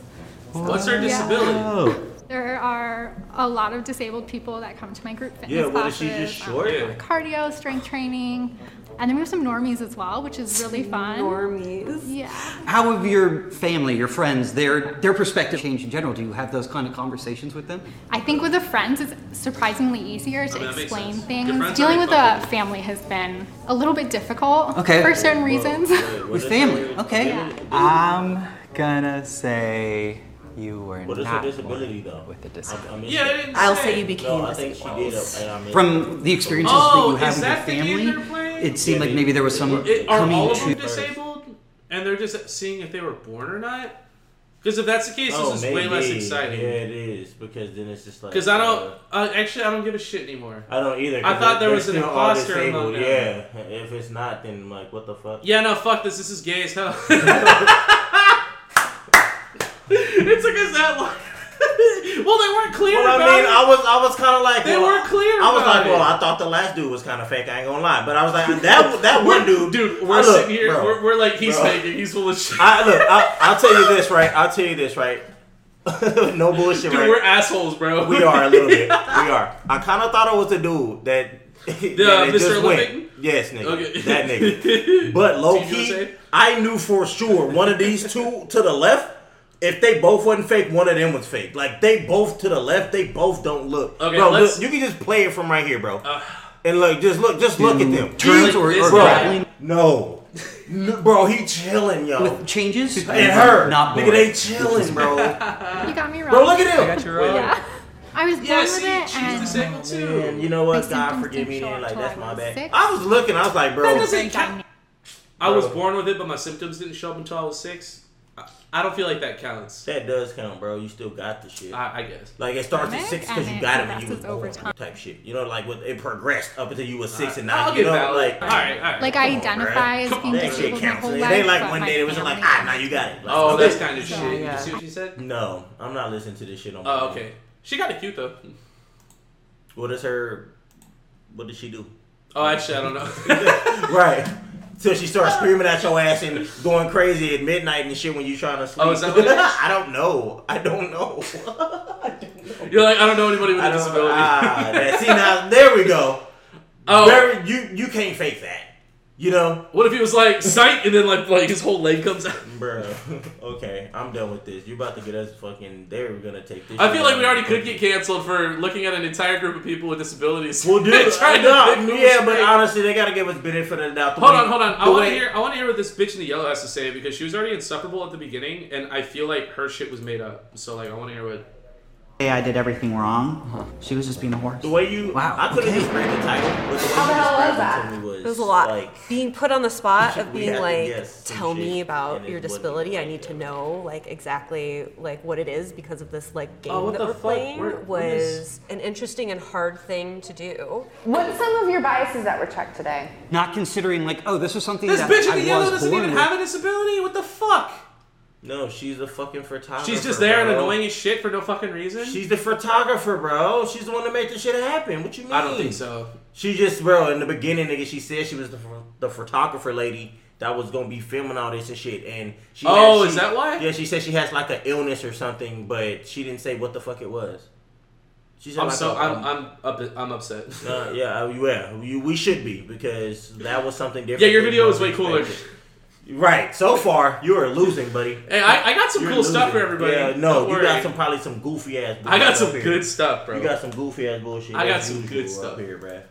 What's her Yeah. disability? Oh. There are a lot of disabled people that come to my group fitness Yeah, what is classes. she just um, short? Yeah. Cardio, strength training. And then we have some normies as well, which is really fun. Normies. Yeah. How have your family, your friends, their their perspective changed in general? Do you have those kind of conversations with them? I think with the friends, it's surprisingly easier to Oh, that makes explain sense. things. Your friends Dealing are with fucking- a family has been a little bit difficult Okay. for certain reasons. With family, okay. I'm gonna say you were What is her not disability, born though? with a disability. Yeah, I didn't I'll say. say you became No, I think she disabled. did, and I missed From the experiences Oh, that is you that have the with game your they're family, playing? it seemed like maybe there was some It- are coming all of to. them disabled? And they're just seeing if they were born or not. Because if that's the case, Oh, this is way maybe. less exciting. Yeah, it is because then it's just like Because I don't. Uh, actually, I don't give a shit anymore. I don't either. 'cause I thought they're- there they're was an still all imposter among disabled. them. Yeah, if it's not, then like what the fuck? Yeah, no, fuck this. This is gay as hell. it took us that long. well, they weren't clear. Well, I about mean, it. I was, I was kind of like, They well, weren't clear I was about like, it. well, I thought the last dude was kind of fake. I ain't gonna lie, but I was like, that that one dude, dude, We're sitting here. we're, we're like, he's bro. faking. He's full of shit. I look. I, I'll tell you this, right? I'll tell you this, right? no bullshit, Dude, right? we're assholes, bro. We are a little bit. We are. I kind of thought it was a dude that. that Mr. just went. Olympic? Yes, nigga. Okay. That nigga. But low key, I knew for sure one of these two to the left. If they both wasn't fake, one of them was fake. Like they both to the left, they both don't look. Okay, bro, let's- Uh, look, you can just play it from right here, bro. and look, just look, just look at them. turns or- or Bro, grappling? No. No, bro, he chilling, yo. With changes? and her, Not nigga, bored. they chilling, bro. You got me wrong. Bro, look at him. Yeah. I was born Yeah, with see, it, and Man, you know what? God forgive me. And like that's my bad. I was looking. I was like, bro. That doesn't count. I was born with it, but my symptoms didn't show up until I was six. I, I don't feel like that counts. That does count, bro. You still got the shit. I, I guess. Like it starts at Stomach six because and you it got it when you was progresses born, over time. type shit. You know, like with, it progressed up until you was six and I'll nine. You get know, valid. like All right, all right. like I identify as being that shit disabled my counts. whole It life. ain't like but one my day it was just like, family- ah, now you got it. Like, Oh, okay. that's kind of shit. You see what she said? No, I'm not listening to this shit on. Oh, okay. She got it cute though. What is her? What did she do? Oh, Mm-hmm. actually, I don't know. right. Till she starts screaming at your ass and going crazy at midnight and shit when you trying to sleep. Oh, is that what it is? I don't know. I don't know. You're like, I don't know anybody with I a don't- disability. Ah, that- see now, there we go. Oh. Very- you you can't fake that, You know, what if he was like sight, and then like like his whole leg comes out? bro. Okay, I'm done with this. You about to get us fucking? They're gonna take this. I feel shit like we down. already could get canceled for looking at an entire group of people with disabilities. Well, dude, and I trying to know. pick who was yeah, but fake. honestly, they gotta give us benefit of the doubt. The Hold way- on, hold on. I the want to way- hear. I want to hear what this bitch in the yellow has to say because she was already insufferable at the beginning, and I feel like her shit was made up. So like, I want to hear what. Hey, I did everything wrong. She was just being a whore. The way you, wow, I could have just read the title. but the way How the you hell was described that? it to me It was a lot. being put on the spot of We being had to like, guess some tell me shit, about it your wasn't disability. I need to know like exactly like what it is because of this like game Oh, what that the we're fuck? playing Where- was what is- an interesting and hard thing to do. What's some of your biases that were checked today? Not considering like, oh, this was something This that bitch in I the was yellow doesn't born even with. have a disability. What the fuck? No, she's a fucking photographer. She's just there and bro. annoying as shit for no fucking reason. She's the photographer, bro. She's the one that made the shit happen. What you mean? I don't think so. She just, bro, in the beginning, nigga, she said she was the, ph- the photographer lady that was gonna be filming all this and shit. And she, Oh, has- is she- that why? Yeah, she said she has like an illness or something, but she didn't say what the fuck it was. She said I'm like so a- um, I'm I'm up, I'm upset. Uh, yeah, uh, yeah, you, we should be because that was something different. Yeah, your than video what is we way cooler. expected. Right, so far you are losing, buddy. Hey, I- I got some You're cool stuff for everybody. Yeah, no, Don't you worry. got some probably some goofy ass. I bullshit got some up here. good stuff, bro. You got some goofy ass bullshit. I got as some usual good up stuff. here, bro.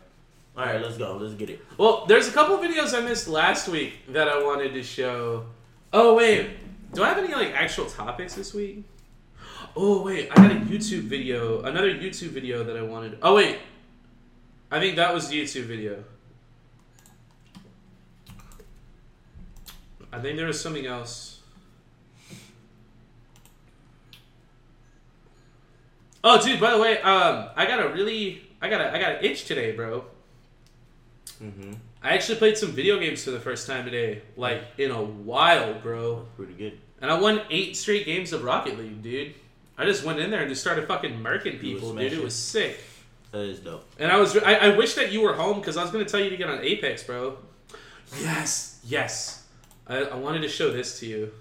All right, let's go. Let's get it. Well, there's a couple videos I missed last week that I wanted to show. Oh wait, do I have any like actual topics this week? Oh wait, I got a YouTube video, another YouTube video that I wanted. Oh wait, I think that was the YouTube video. I think there was something else. Oh, dude! By the way, um, I got a really, I got a, I got an itch today, bro. Mm-hmm. I actually played some video games for the first time today, like in a while, bro. Pretty good. And I won eight straight games of Rocket League, dude. I just went in there and just started fucking murking people, dude. It smashing. was sick. That is dope. And I was, I, I wish that you were home because I was gonna tell you to get on Apex, bro. Yes, yes. I, I wanted to show this to you.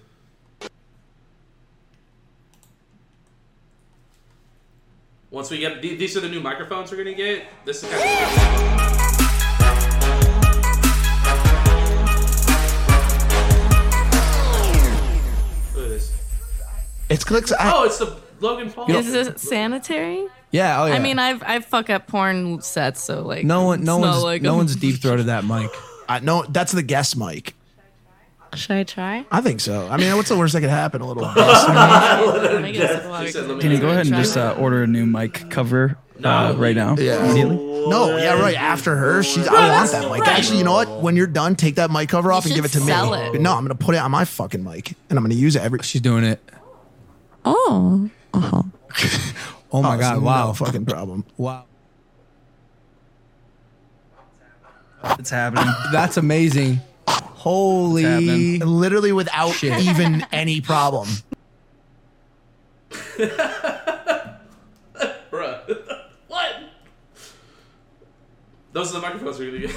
Once we get the- these are the new microphones we're gonna get. This is kind of. Look at this. It looks. Oh, it's the Logan Paul. Is it sanitary? Yeah. Oh yeah. I mean, I've I've fuck up porn sets, so like no one. No it's not one's. like no I'm- one's deep throated that mic. I, no, that's the guest mic. Should I try? I think so. I mean, what's the worst that could happen? A little. I guess it's a lot of- Can Can you go ahead and just uh, order a new mic cover uh, right now? Yeah. Immediately? No, yeah, right. After her, she's. I want that mic. Actually, you know what? When you're done, take that mic cover off and give it to me. sell it. No, I'm gonna put it on my fucking mic, and I'm gonna use it every. She's doing it. Oh. Oh my it's god! Wow, no fucking problem. Wow. It's happening. That's amazing. Holy! Literally without even any problem. Those are the microphones we're gonna get.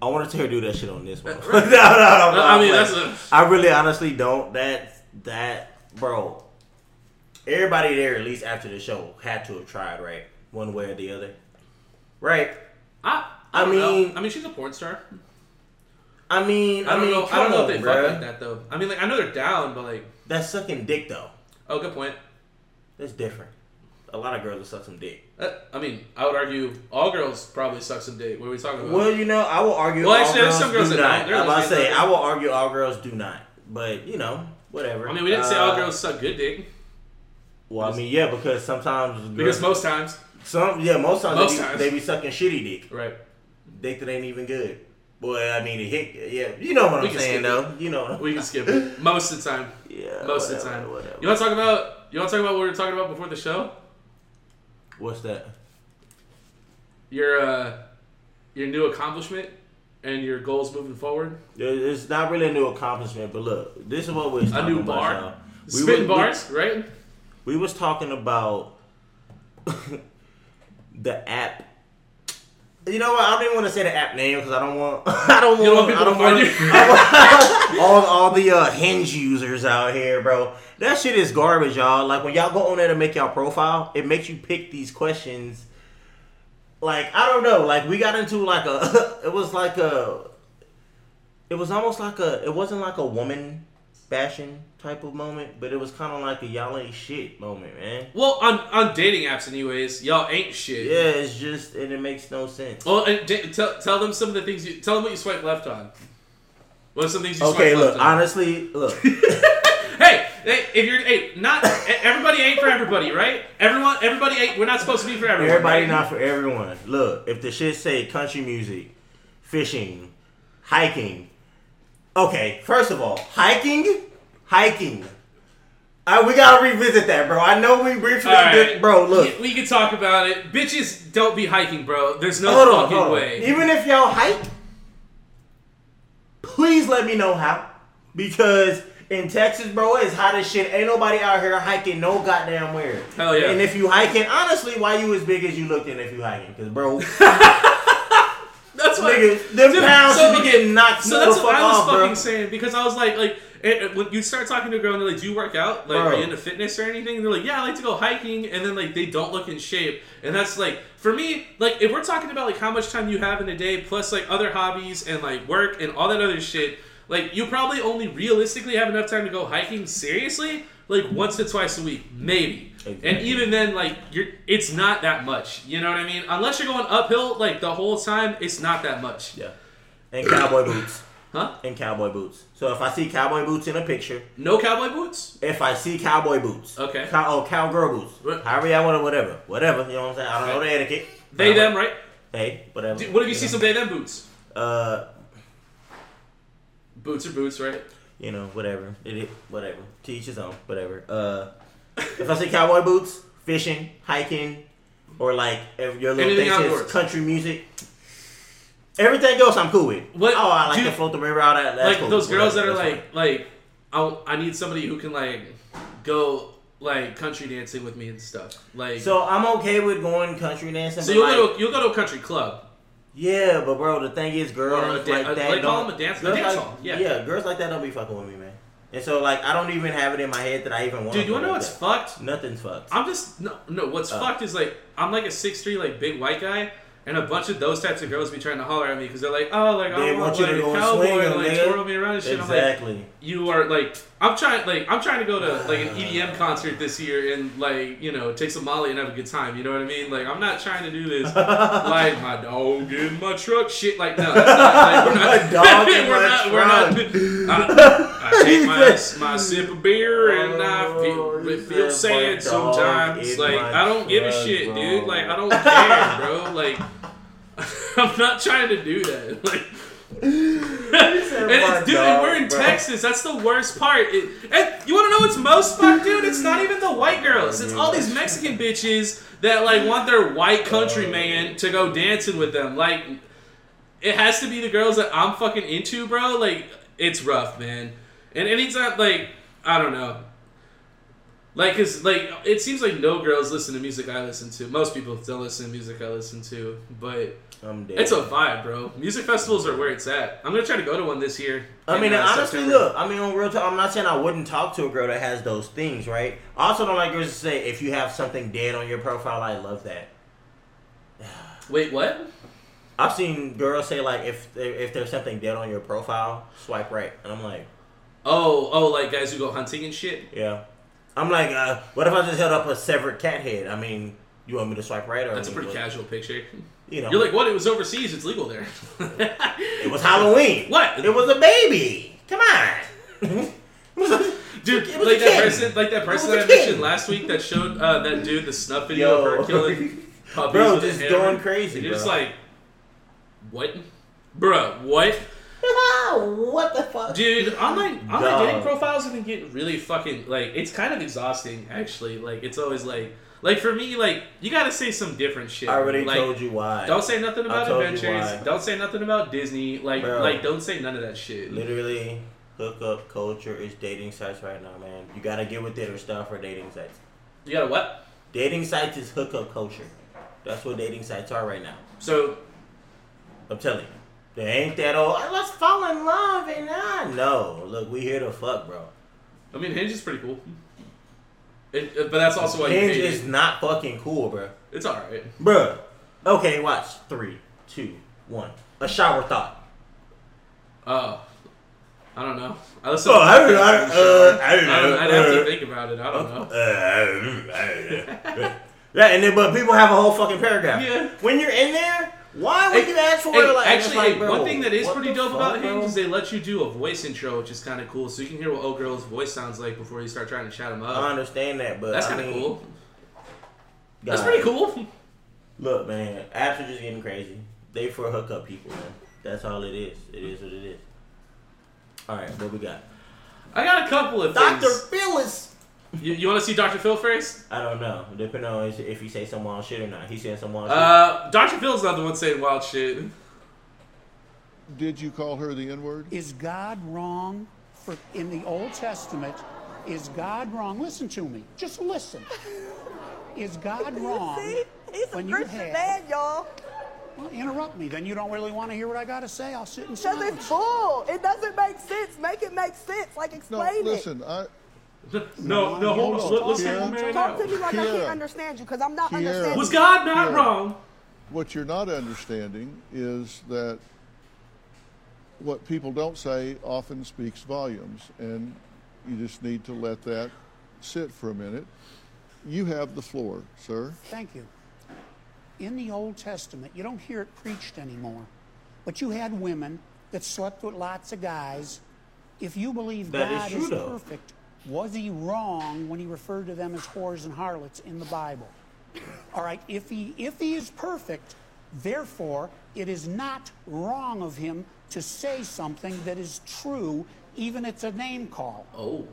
I wanted to hear her do that shit on this one. no, Right. no, no, no. No, I mean, like, that's a- I really honestly don't. That that bro. Everybody there, at least after the show, had to have tried right one way or the other. Right. I I, don't mean, know. I mean, she's a porn star. I mean, I don't mean, know. I come don't know on, if they bruh. fuck like that though. I mean, like I know they're down, but like that's sucking dick though. Oh, good point. That's different. A lot of girls will suck some dick. Uh, I mean, I would argue all girls probably suck some dick. What are we talking about? Well, you know, I will argue. Well, all actually, there's some girls do that not. don't. They're I'm about to lesbians, say, aren't I will argue all girls do not, but you know, whatever. I mean, we didn't say all Uh, girls suck good dick. Well, I mean, yeah, because sometimes Because most times some yeah most times Most they, be, times. they be sucking shitty dick. Right. Dick that ain't even good. Boy, I mean, it hit. Yeah, you know what We I'm can saying skip though. it. You know what I'm We can skip it most of the time. Yeah, most of whatever, the time. whatever. You want to talk about? You want to talk about what we were talking about before the show? What's that? Your uh, your new accomplishment and your goals moving forward. It's not really a new accomplishment, but look, this is what we're A new bar? Spitting bars, right? We was talking about the app. You know what? I don't even want to say the app name because I don't want. I don't You don't want want. I people don't to find want, I want- all all the uh, hinge users out here, bro. That shit is garbage, y'all. Like when y'all go on there to make y'all profile, it makes you pick these questions like I don't know, like we got into like a it was like a it was almost like a it wasn't like a woman bashing type of moment, but it was kind of like a y'all ain't shit moment, man. Well, on on dating apps, anyways, y'all ain't shit. Yeah, it's just and it makes no sense. Well, and da- tell tell them some of the things you tell them what you swipe left on. What are some things you Okay, swipe look, left on? honestly, look. Hey, hey, if you're hey, not e- everybody ain't for everybody, right? Everyone, everybody ain't. We're not supposed to be for everyone. Everybody right? not for everyone. Look, if the shit say country music, fishing, hiking. Okay, first of all, hiking, hiking. I, we gotta revisit that, bro. I know we briefly All right. did, bro. Look, we, we can talk about it. Bitches, don't be hiking, bro. There's no Hold on, fucking hold on. way. Even if y'all hike, please let me know how. Because in Texas, bro, it's hot as shit. Ain't nobody out here hiking no goddamn where. Hell yeah. And if you hiking, honestly, why you as big as you looking if you hiking? Because, bro. That's why Nigga, them Dude, pounds so- should be getting knocked So the that's fuck what I was off, bro. fucking saying because I was like, like it, it- when you start talking to a girl and they're like, "Do you work out? Like, Bro. are you into fitness or anything?" And they're like, "Yeah, I like to go hiking," and then like they don't look in shape, and that's like for me, like if we're talking about like how much time you have in a day plus like other hobbies and like work and all that other shit, like you probably only realistically have enough time to go hiking seriously like once to twice a week, maybe. And even then, like you're, it's not that much. You know what I mean? Unless you're going uphill like the whole time, it's not that much. Yeah. And cowboy boots. Huh? And cowboy boots. So if I see cowboy boots in a picture. No cowboy boots? If I see cowboy boots. Okay. Cow, oh, cowgirl boots. What- However y'all want to, whatever. Whatever. You know what I'm saying? I don't know the Okay. etiquette. They them, right? Hey, whatever. Dude, what if you see know? some they them boots? Uh, Boots are boots, right? you know, whatever. It, it whatever. To each his own. Whatever. Uh, if I say cowboy boots, fishing, hiking, or like if your little Anything thing says outdoors. country music, everything else I'm cool with. What- oh, I like dude, to float the river. All that. That's like cool. those girls Whatever, that that's are like, like, I, I need somebody who can like go like country dancing with me and stuff. Like, fine. So I'm okay with going country dancing. so but you'll like, go to a, you'll go to a country club. Yeah, but bro, the thing is, girls Or a da- like uh, that they call don't. them a dance- a girls dance like- hall, yeah. girls like that don't be fucking with me, man. And so, like, I don't even have it in my head that I even want. Dude, you wanna know what's fucked? Nothing's fucked. I'm just no no. What's Oh. fucked is like I'm like a six three like big white guy. And a bunch of those types of girls be trying to holler at me because they're like, oh, like They I want want, you like, to a go and cowboy swing and them, like nigga. twirl me around and shit. I'm Exactly. Uh. like, you are like, I'm trying, like, I'm trying to go to like an EDM concert this year and like, you know, take some Molly and have a good time. You know what I mean? Like, I'm not trying to do this like my dog in my truck shit. Like, no, that's My not, like, we're not, dog in we're my not, we're not truck. I, I take my, my sip of beer and I feel, it feels Oh, said my sad dog sometimes. in Like my I don't give a truck, shit, bro. dude. Like I don't care, bro. Like I'm not trying to do that. Like, and my it's, dude, and we're in dog, bro. Texas. That's the worst part. It, and you want to know what's most fucked, dude? It's not even the white girls. It's all these Mexican bitches that like want their white countryman to go dancing with them. Like it has to be the girls that I'm fucking into, bro. Like, it's rough, man. And anytime, like, I don't know. Like, cause like it seems like no girls listen to music I listen to. Most people don't listen to music I listen to, but dead. it's a vibe, bro. Music festivals are where it's at. I'm gonna try to go to one this year. I in, mean, uh, honestly, September. look. I mean, on real talk, I'm not saying I wouldn't talk to a girl that has those things, right? I also don't like girls to say if you have something dead on your profile, I love that. Wait, what? I've seen girls say like if if there's something dead on your profile, swipe right, and I'm like, oh, oh, like guys who go hunting and shit. Yeah, I'm like, uh, what if I just held up a severed cat head? I mean, you want me to swipe right or? I That's a mean, pretty what- casual picture. You know. You're like, what? It was overseas. It's legal there. It was Halloween. What? It was a baby. Come on. Dude, It was like a that kid. person, like that It person was a that I mentioned kid. last week that showed uh, that dude the snuff video Yo. of her killing puppies Bro, with a just hammer. going crazy, And You're just bro. like, what, bro? What, what the fuck, dude? Online online Dog. dating profiles have been getting really fucking like it's kind of exhausting actually. Like it's always like like for me like you got to say some different shit. I already Like, told you why. Don't say nothing I about told you adventures. why. Don't say nothing about Disney. Like Bro. like don't say none of that shit. Literally, hookup culture is dating sites right now, man. You gotta get with it or stop for dating sites. You gotta what? Dating sites is hookup culture. That's what dating sites are right now. So, I'm telling you, they ain't that old. "Oh, Let's fall in love and I know. Look, we here to fuck, bro. I mean, Hinge is pretty cool. It, it- uh, but that's also why you Hinge hate is it. not fucking cool, bro. It's all right. Bruh. Okay, watch. Three, two, one. A shower thought. Oh, I don't know. I listen. Oh, to I don't know. podcasts in the Uh, shower. I don't know. I'd have Uh, to think about it. I don't know. Yeah, and then but people have a whole fucking paragraph. Yeah. When you're in there, why would Hey, you ask for hey, it? Like, it's actually, like, hey, bro, one thing that is what pretty the dope fuck, about bro? Hinge is they let you do a voice intro, which is kind of cool, so you can hear what old girl's voice sounds like before you start trying to chat them up. I understand that, but that's I kind of mean, cool. That's God. pretty cool. Look, man, apps are just getting crazy. They for hookup people, man. That's all it is. It is what it is. All right, what we got? I got a couple of Dr. things. Phyllis. You, you want to see Dr. Phil first? I don't know. Depending on if- if he say some wild shit or not. He saying some wild shit. Uh, Dr. Phil's not the one saying wild shit. Did you call her the N word? Is God wrong for in the Old Testament? Is God wrong? Listen to me. Just listen. Is God wrong He's a when you Christian have? man, y'all. Well, interrupt me. Then you don't really want to hear what I got to say. I'll sit and Because silence. it's bull. It doesn't make sense. Make it make sense. Like, No, explain listen, I. no, you hold on. don't. Let- let's it. Kiara, Talk to me like I Kiara, can't understand you because I'm not Kiara, understanding. Kiara, What you're not understanding is that what people don't say often speaks volumes, and you just need to let that sit for a minute. You have the floor, sir. Thank you. In the Old Testament, you don't hear it preached anymore, but you had women that slept with lots of guys. If you believe That is God true, is, though. perfect, was he wrong when he referred to them as whores and harlots in the Bible? All right, if he if he is perfect, therefore it is not wrong of him to say something that is true, even if it's a name call. Oh.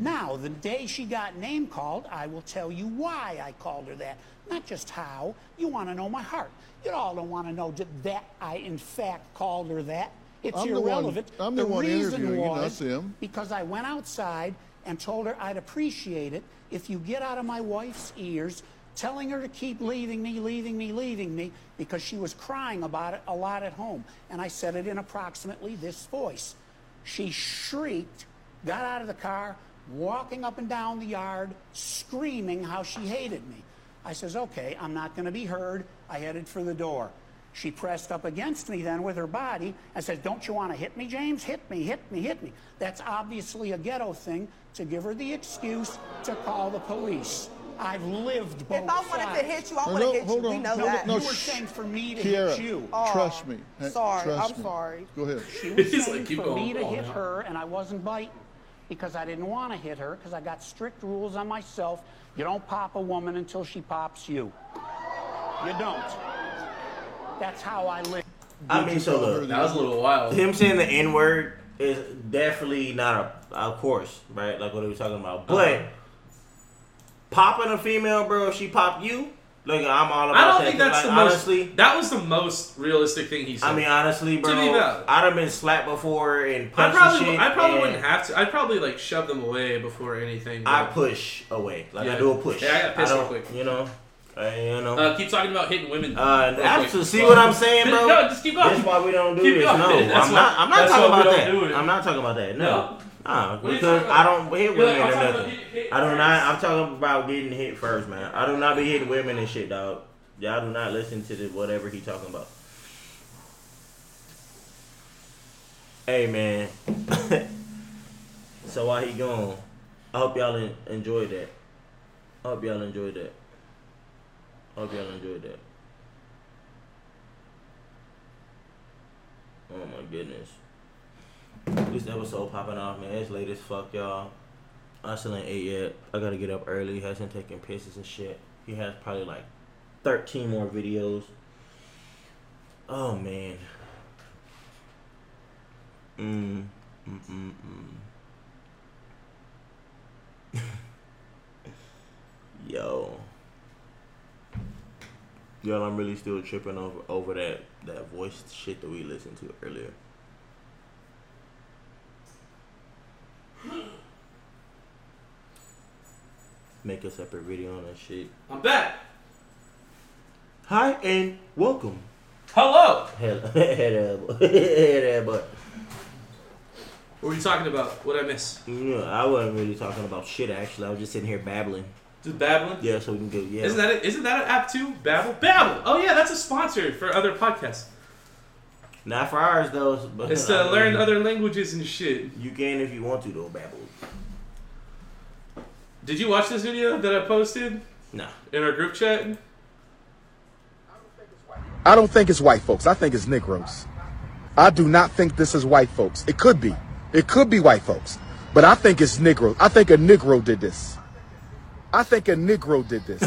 Now, the day she got name called, I will tell you why I called her that. Not just how. You want to know my heart. You all don't want to know that- that I, in fact, called her that. It's I'm the one- irrelevant. I'm the one reason interviewing you, not was them. Because I went outside and told her I'd appreciate it if you get out of my wife's ears telling her to keep leaving me, leaving me, leaving me, because she was crying about it a lot at home. And I said it in approximately this voice. She shrieked, got out of the car, walking up and down the yard, screaming how she hated me. I says, okay, I'm not going to be heard. I headed for the door. She pressed up against me then with her body and says, Don't you want to hit me, James? Hit me, hit me, hit me. That's obviously a ghetto thing to give her the excuse to call the police. I've lived both If I wanted to sides. hit you, I would have hit you. We know No, that. but you were saying for me to Kiara, hit you. Oh, trust me. Hey, sorry. trust I'm me. sorry. Go ahead. She was saying for me to hit her, and I wasn't biting because I didn't want to hit her because I got strict rules on myself. You don't pop a woman until she pops you. You don't. That's how I live. I mean, so look, That was a little wild. Him saying the N word is definitely not a, of course, Uh-huh. right? Like what are we talking about? But popping a female, bro, if she pop you, Look, I'm all about I don't that, think but, that's like, the most. honestly, That was the most realistic thing he said. I mean, honestly, bro, To be valid. I'd have been slapped before and I punched probably, and shit. I probably and wouldn't have to. I'd probably like shove them away before anything. I but- push away, like I Yeah. do a push. Yeah, I got pissed I real don't- quick. You know, I, you know. Uh, keep talking about hitting women. Uh, real absolutely. quick. See what I'm saying, bro? No, just keep going. That's why we don't do Keep this. going. No, That's I'm why- not. I'm not that's talking why we about don't that. do it. I'm not talking about that. No, No. Nah, What are you because talking I about? don't hit You're like, women or I'm talking about nothing. getting hit I do first. not. I'm talking about getting hit first, man. I do not be hitting women and shit, dog. Y'all do not listen to the whatever he talking about. Hey, man. so while he gone, I hope y'all en- enjoyed that. I hope y'all enjoyed that. I hope y'all enjoyed that. Oh my goodness. This episode popping off, man. It's late as fuck, y'all. I still ain't ate yet. I gotta get up early. He hasn't taken pisses and shit. He has probably like 13 more videos. Oh man. Mm. Mm mm mm. Yo. Y'all, I'm really still tripping over over that that voice shit that we listened to earlier. Make a separate video on that shit. I'm back. Hi and welcome. Hello. Hello, hello, hello. What were you talking about? What I miss? No, I wasn't really talking about shit. Actually, I was just sitting here babbling. Just babbling. Yeah, so we can get yeah. Isn't that it? Isn't that an app too? Babble, babble. Oh yeah, that's a sponsor for other podcasts. Not for ours though. But It's to learn other languages and shit. You can if you want to though, babble. Did you watch this video that I posted No. in our group chat? I don't think it's white folks. I think it's Negroes. I do not think this is white folks. It could be. It could be white folks. But I think it's Negro. I think a Negro did this. I think a Negro did this. I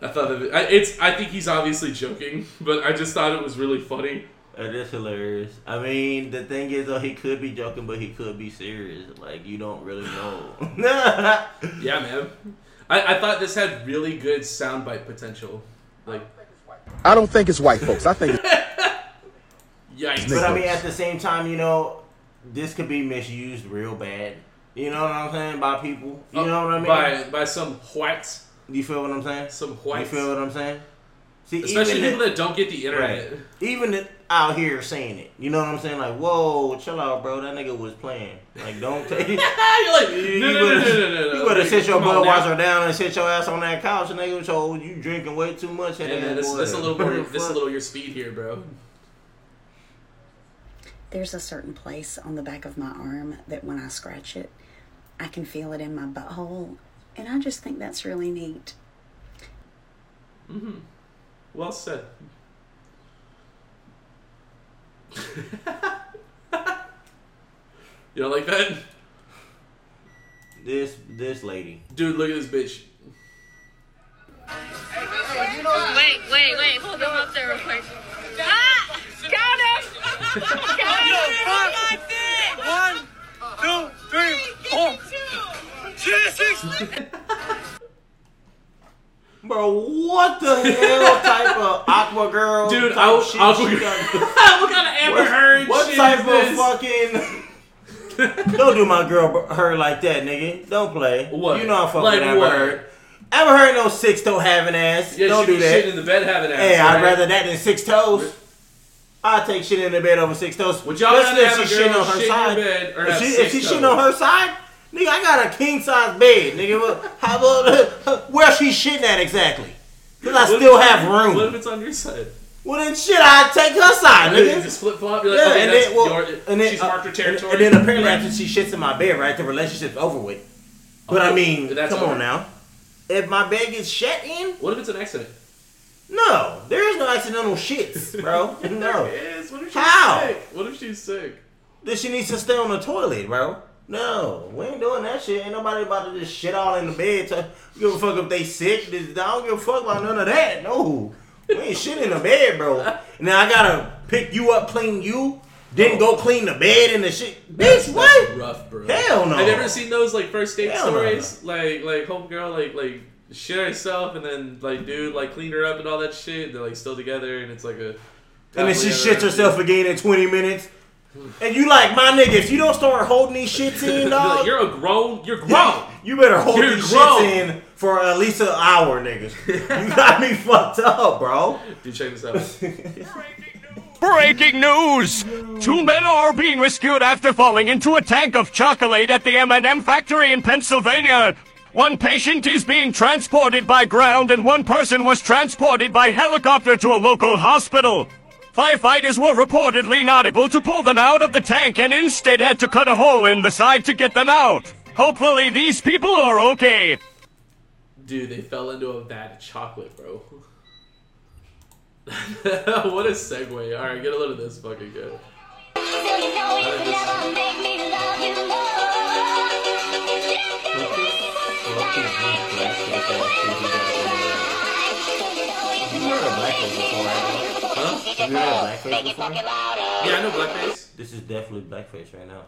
thought that I, it's. I think he's obviously joking, but I just thought it was really funny. That is hilarious. I mean, the thing is though, he could be joking, but he could be serious. Like you don't really know. yeah, man. I, I thought this had really good soundbite potential. Like, I don't think it's white folks. I think it's yikes. But I mean, at the same time, you know, this could be misused real bad. You know what I'm saying by people. You know what I mean Oh, by by some whites. You feel what I'm saying? Some whites. You feel what I'm saying? See, Especially even people the- that don't get the internet. Right. Even the, out here saying it. You know what I'm saying? Like, whoa, chill out, bro. That nigga was playing. Like, don't take it. You're like, You- no, you no, no, better- no, no, no, no. You better Like, sit your come on now. Budweiser down and sit your ass on that couch, nigga. So you drinking way too much. Yeah, man, this, this a little more. This a little your speed here, bro. There's a certain place on the back of my arm that when I scratch it, I can feel it in my butthole. And I just think that's really neat. hmm Well said. you don't like that, This this lady. dude? Look at this bitch. Wait, wait, wait. Hold them up there real quick. Ah! Count them! Count them! One, two, three, four. Bro, what the hell type of aqua girl? Dude, type I'll- shit I'll- she got- what kind of Amber What- Heard What shit type is of this? fucking? Don't do my girl b- her like that, nigga. Don't play. What? You know I'm fucking Like Amber what? Heard. Amber Heard no six toe having ass. Yeah, Don't she do be that. shitting in the bed having ass, Hey, I'd right? rather that than six toes. I take shit in the bed over six toes. Would y'all rather have a girl shit in your bed or if have she, six if she toes? shitting on her side, nigga, I got a king size bed, nigga. What- How about where she shitting at exactly? Cause I What still if- have room. What if it's on your side? Well then, shit, I take her side, Yeah, you nigga. just flip-flop, you're like, okay, that's your- she's uh, marked her and- territory. And, then apparently after she shits in my bed, right, the relationship's over with. But I mean, Oh, That's come over. on now. If my bed gets shit in, what if it's an accident? No, there is no accidental shits, bro. No. There is. What if she's How? sick? What if she's sick? Then she needs to stay on the toilet, bro. No, we ain't doing that shit. Ain't nobody about to just shit all in the bed. To give a fuck if they sick. This- I don't give a fuck about none of that. No, we ain't shit in the bed, bro. Now I gotta pick you up, clean you, then go clean the bed and the shit. Bitch, what? Rough, bro. Hell no. Have you ever seen those like first date Hell no. stories? Like like homegirl like like shit herself, and then like dude like cleaned her up and all that shit. They're like still together, and it's like a. And then she shits herself again in 20 minutes. And you like, my nigga, if you don't start holding these shits in, Be like, dog, you're a grown. You're grown. you better hold You're these grown. shits in for at least an hour, niggas. You got me fucked up, bro. Dude, check this out. Breaking news! Two men are being rescued after falling into a tank of chocolate at the M&M factory in Pennsylvania. One patient is being transported by ground and one person was transported by helicopter to a local hospital. Firefighters were reportedly not able to pull them out of the tank and instead had to cut a hole in the side to get them out. Hopefully these people are okay. Dude, they fell into a vat of chocolate, bro. what a segue. Alright, get a load of this fucking good. Have you heard of blackface before? Yeah, I know blackface. This is definitely blackface right now.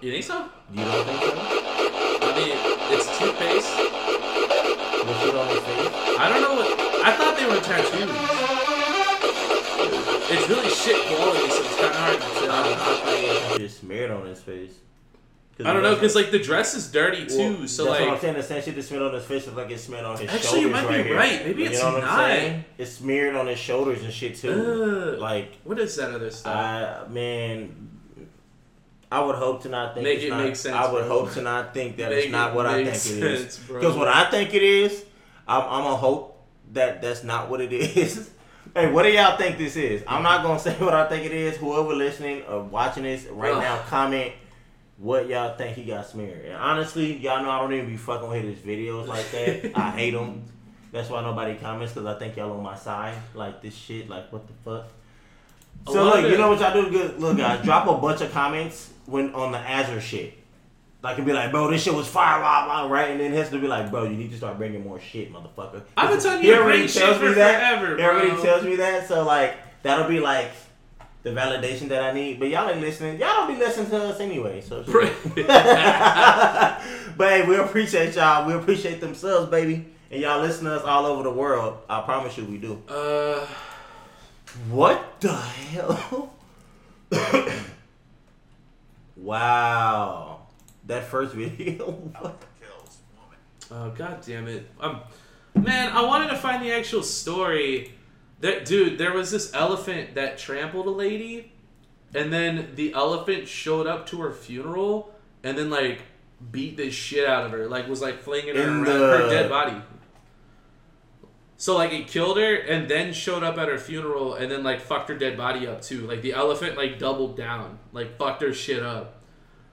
You think so? You don't think so? I mean, it's toothpaste. I don't know what. I thought they were tattoos. It's really shit quality, so it's kind of hard to tell. Just smeared on his face. I don't know, because like the dress is dirty too, Well, so that's what I'm like. saying. The same shit that smeared on his face is like it smeared on his Actually, you shoulders. might be here. right. Maybe You it's know what I'm not. saying? It's smeared on his shoulders and shit too. Ugh. like what is that other stuff? I, man, I would hope to not think. Make it's it not, make sense, I would bro. hope to not think that Make it's not it what I make think it is. sense, bro. Because what I think it is, I'm, I'm gonna hope that that's not what it is. Hey, what do y'all think this is? I'm not gonna say what I think it is. Whoever listening or watching this right Ugh. now, comment what y'all think he got smeared. And honestly, y'all know I don't even be fucking with his videos like that. I hate them. That's why nobody comments because I think y'all on my side. Like this shit. Like what the fuck. I So love look, you it. know what y'all do? Good, look, guys, drop a bunch of comments when on the Azure shit. Like and be like, bro, this shit was fire, blah blah, right? And then Hester be like, bro, you need to start bringing more shit, motherfucker. I've been telling He you to already bring shit tells for me that. forever, He already bro. tells me that. So like, that'll be like the validation that I need. But y'all ain't listening. Y'all don't be listening to us anyway. So. it's but hey, we appreciate y'all. We appreciate themselves, baby. And y'all listen to us all over the world. I promise you we do. Uh, What the hell? wow. That first video. Oh god damn it! Um, man, I wanted to find the actual story. That dude, there was this elephant that trampled a lady, and then the elephant showed up to her funeral, and then like beat the shit out of her. Like was like flinging her In around the- her dead body. So like it killed her, and then showed up at her funeral, and then like fucked her dead body up too. Like the elephant like doubled down, like fucked her shit up.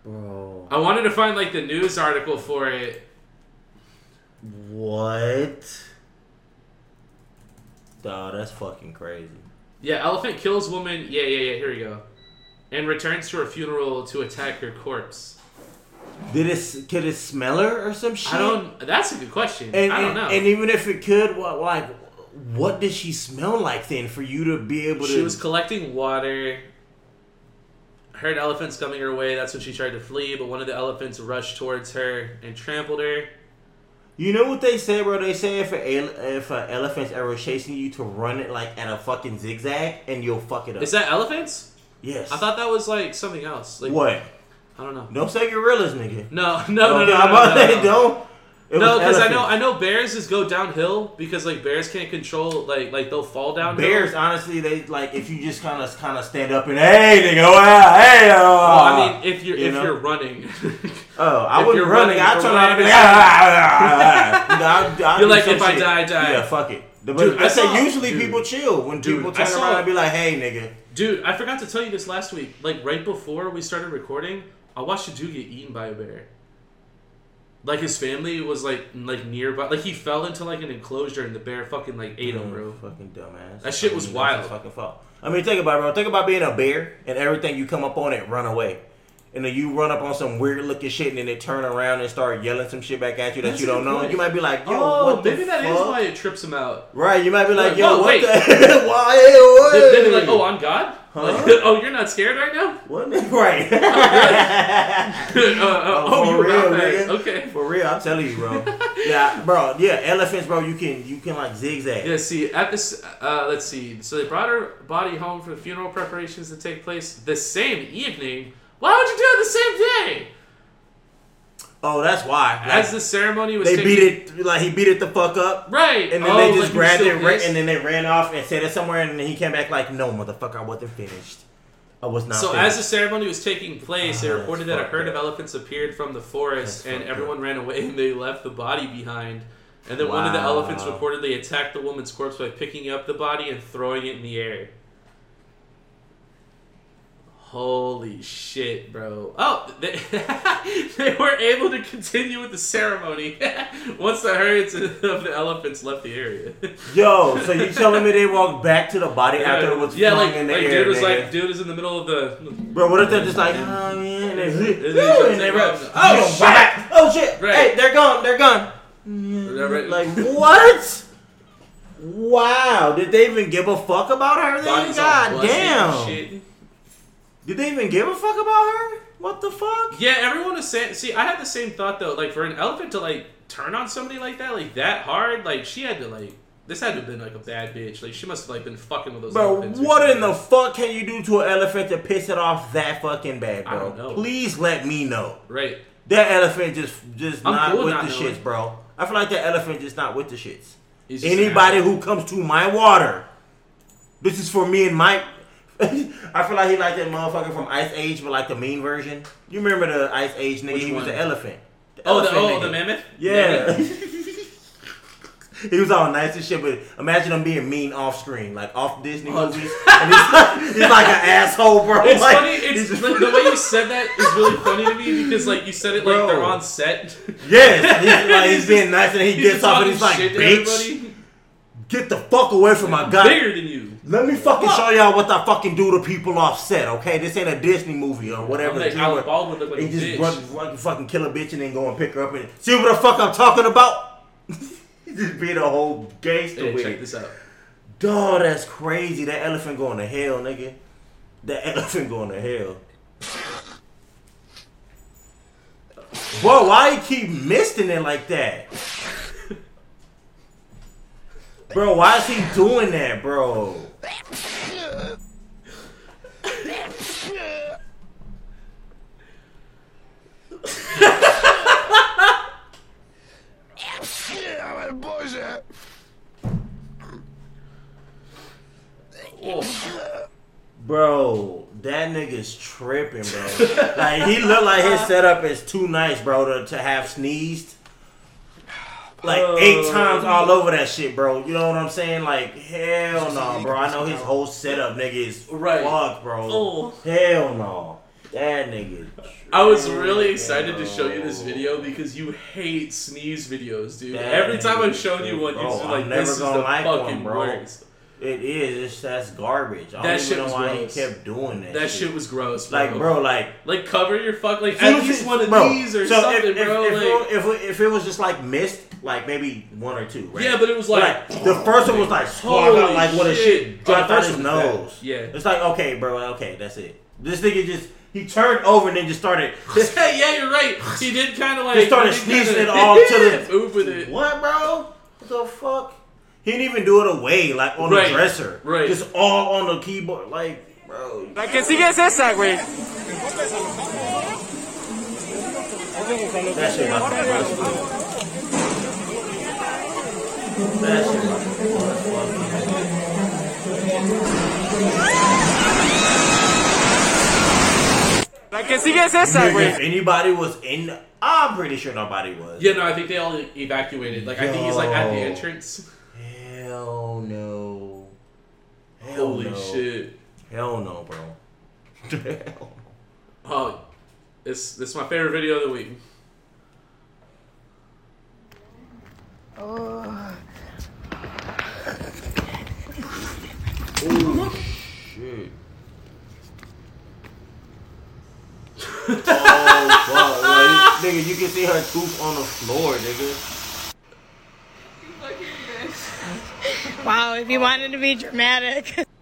Bro. I wanted to find like the news article for it. What? Dawg, that's fucking crazy. Yeah, elephant kills woman. Yeah, yeah, yeah. Here we go. And returns to her funeral to attack her corpse. Did it? Could it smell her or some shit? I don't. That's a good question. And, I don't and- know. And even if it could, what like, what did she smell like then for you to be able to? she was collecting water. Heard elephants coming her way. That's when she tried to flee, but one of the elephants rushed towards her and trampled her. You know what they say, bro? They say if a if an elephant's ever chasing you, to run it like at a fucking zigzag, and you'll fuck it up. Is that elephants? Yes. I thought that was like something else. Like what? I don't know. Don't say gorillas, nigga. No, no, no, no, Okay, no, I'm about no, to no. say don't. It no, was because I know elephants. I know bears just go downhill because like bears can't control like like they'll fall downhill. Bears, honestly, they like if you just kind of kind of stand up and hey, nigga, oh, yeah, hey, oh. well, I mean, if you're you if know? you're running. oh, I if wouldn't you're run, nigga. running I from turn what around I and be like, understand. "Ah, ah, ah, ah, ah." I'll- I'll You're do like, some if I shit. die, I die. Yeah, fuck it. The- Dude, But I I say saw- usually dude. people chill when Dude, people I turn saw- around and be like, hey, nigga. Dude, I forgot to tell you this last week. Like right before we started recording, I watched a dude get eaten by a bear. Like his family was like like nearby. Like he fell into like an enclosure and the bear fucking like ate him, bro. Oh, Fucking dumbass. That shit was Fucking- wild. Fucking fault. I mean, think about it, bro. Think about being a bear and everything you come up on it, run away. and then you run up on some weird looking shit and then they turn around and start yelling some shit back at you that That's you a don't good know, point. you might be like, yo, oh, what the maybe that is fuck? why it trips him out. Right, you might be like, oh, yo, what wait. the why? Then- then hey, they're like, oh, I'm God? Like, oh, you're not scared right now? What? Right. oh, you were not bad. Okay. For real, I'm telling you, bro. yeah, bro. Yeah, elephants, bro. You can you can like zigzag. Yeah, see, at this, uh, let's see. So they brought her body home for the funeral preparations to take place the same evening. Why would you do it the same day? Oh, that's why. As the ceremony was they taking- beat it like he beat it the fuck up. Right. And then Oh, they just like he was grabbed still it ra- pissed? and then they ran off and said it somewhere and then he came back like, no, motherfucker, I wasn't finished. I was not. Ah, so finished. as the ceremony was taking place, they reported that a herd of elephants appeared from the forest, and everyone ran away, and they left the body behind. And then one of the Wow. elephants reportedly attacked the woman's corpse by picking up the body and throwing it in the air. Holy shit, bro! Oh, they, they were able to continue with the ceremony once the herds of the elephants left the area. Yo, so you telling me they walked back to the body after it was yeah, flung like, in the like air? dude was nigga? like, dude is in the middle of the. Bro, what if they're just like, oh man, and they, And and they just they take run, off. oh Shit. shit, oh shit, Right. hey, they're gone, they're gone. Like what? Wow, did they even give a fuck about her? Then? Bodies all God bloody and damn. shit. Did they even give a fuck about her? What the fuck? Yeah, everyone was saying. See, I had the same thought though. Like for an elephant to like turn on somebody like that, like that hard, like she had to like. This had to have been like a bad bitch. Like she must have like been fucking with those Bro, elephants. or what something. in the fuck can you do to an elephant to piss it off that fucking bad, bro? I don't know. Please let me know. Right. That elephant just just I'm not cool with not the knowing. shits, bro. I feel like that elephant just not with the shits. He's just an Anybody asshole. who comes to my water, this is for me and my. I feel like he like that motherfucker from Ice Age, but like the mean version. You remember the Ice Age nigga? Which he was one? the elephant. Oh, the- elephant oh, the mammoth? Yeah. Mammoth. He was all nice and shit, but imagine him being mean off screen, like off Disney movies. and he's, like, he's like an asshole, bro. Oh, It's Like, funny. It's like, the way you said that is really funny to me because like you said it like Bro. they're on set. Yes, he's, like, he's being nice and he he's gets just off and talking he's like, shit to bitch, get the fuck away from my guy. bigger than you. Let me fucking show y'all what I fucking do to people off set, okay? This ain't a Disney movie or whatever. I'm like, the genre. Alec Baldwin looked like They a just bitch. Run, run, fucking kill a bitch and then go and pick her up and see what the fuck I'm talking about. He just being a whole gangster Hey, with check it. this out. Dog, that's crazy. That elephant going to hell, nigga. That elephant going to hell. Bro, why you keep missing it like that? Bro, why is he doing that, bro? Bro, that nigga's tripping, bro. like he look like his setup is too nice, bro, to, to have sneezed. Like eight Oh. times all over that shit, bro. You know what I'm saying? Like, hell no, bro. I know his whole setup, nigga, is Right. fucked, bro. Oh. Hell no. That nigga. I was really excited to show you this video because you hate sneeze videos, dude. That Every time I've nigga shown you tripping, one, you're bro. just I'm like, never this is the gonna like one, fucking bro. worst. It is. It's, that's garbage. I That don't even shit know was why gross. he kept doing that. That shit was gross, bro. Like, bro, like Like cover your fuck, like Soon at as least it- one of bro, these or so if- something, if, bro. If, like, it- if, it- if it was just like missed, like maybe one or two, right? Yeah, but it was like- the first one was like swung out, Holy like what a shit. shit Oh, the dropped out first his one was bad. nose. Yeah. it's like okay, bro, okay, that's it. This nigga just he turned over and then just started. Just, yeah, you're right. He did kind of like just started he did sneezing it kinda- all to the move with it. What, bro? What the fuck? He didn't even do it away, like on Right, the dresser, right. Just all on the keyboard, like, bro. La que sigue es esa, güey. That shit must be gross. That shit must be La que sigue es esa, Nigga, If güey. anybody was in, I'm pretty sure nobody was. Yeah, no, I think they all evacuated. Like I think he's like at the Yo. entrance. Hell no. Hell Holy no. shit. Hell no, bro. Hell. Oh, this this is my favorite video of the week. Ugh. Shit. Oh fuck, like, nigga, you can see her tooth on the floor, nigga. Wow, if you wanted to be dramatic.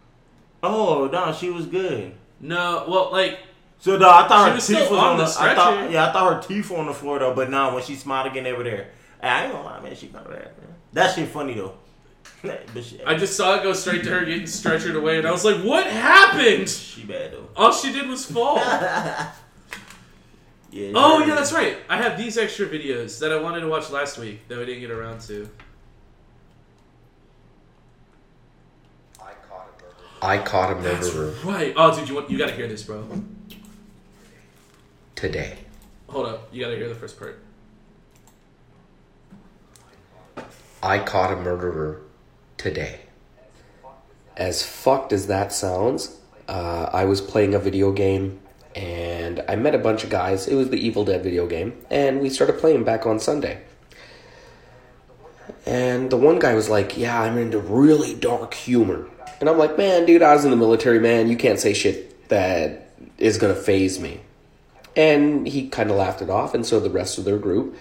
Oh no, she was good. No, Uh, well, like. So no, I thought she her was teeth still was on on the. the I thought, stretcher. yeah, I thought her teeth were on the floor though. But nah, when she smiled again over there, I ain't gonna lie, man, she kind of bad. Man. That shit funny though. but she, I just saw it go straight to her getting stretchered away, and I was like, "What happened?" She bad though. All she did was fall. Yeah. oh yeah, that's right. I have these extra videos that I wanted to watch last week that I didn't get around to. I caught a That's murderer right. Oh, dude, you want you gotta hear this, bro. today. Hold up, you gotta hear the first part. I caught a murderer today. As fucked as that sounds, uh, I was playing a video game and I met a bunch of guys. It was the Evil Dead video game, and we started playing back on Sunday. And the one guy was like, Yeah, I'm into really dark humor. And I'm like, Man, dude, I was in the military, man. You can't say shit that is gonna phase me. And he kind of laughed it off, and so the rest of their group.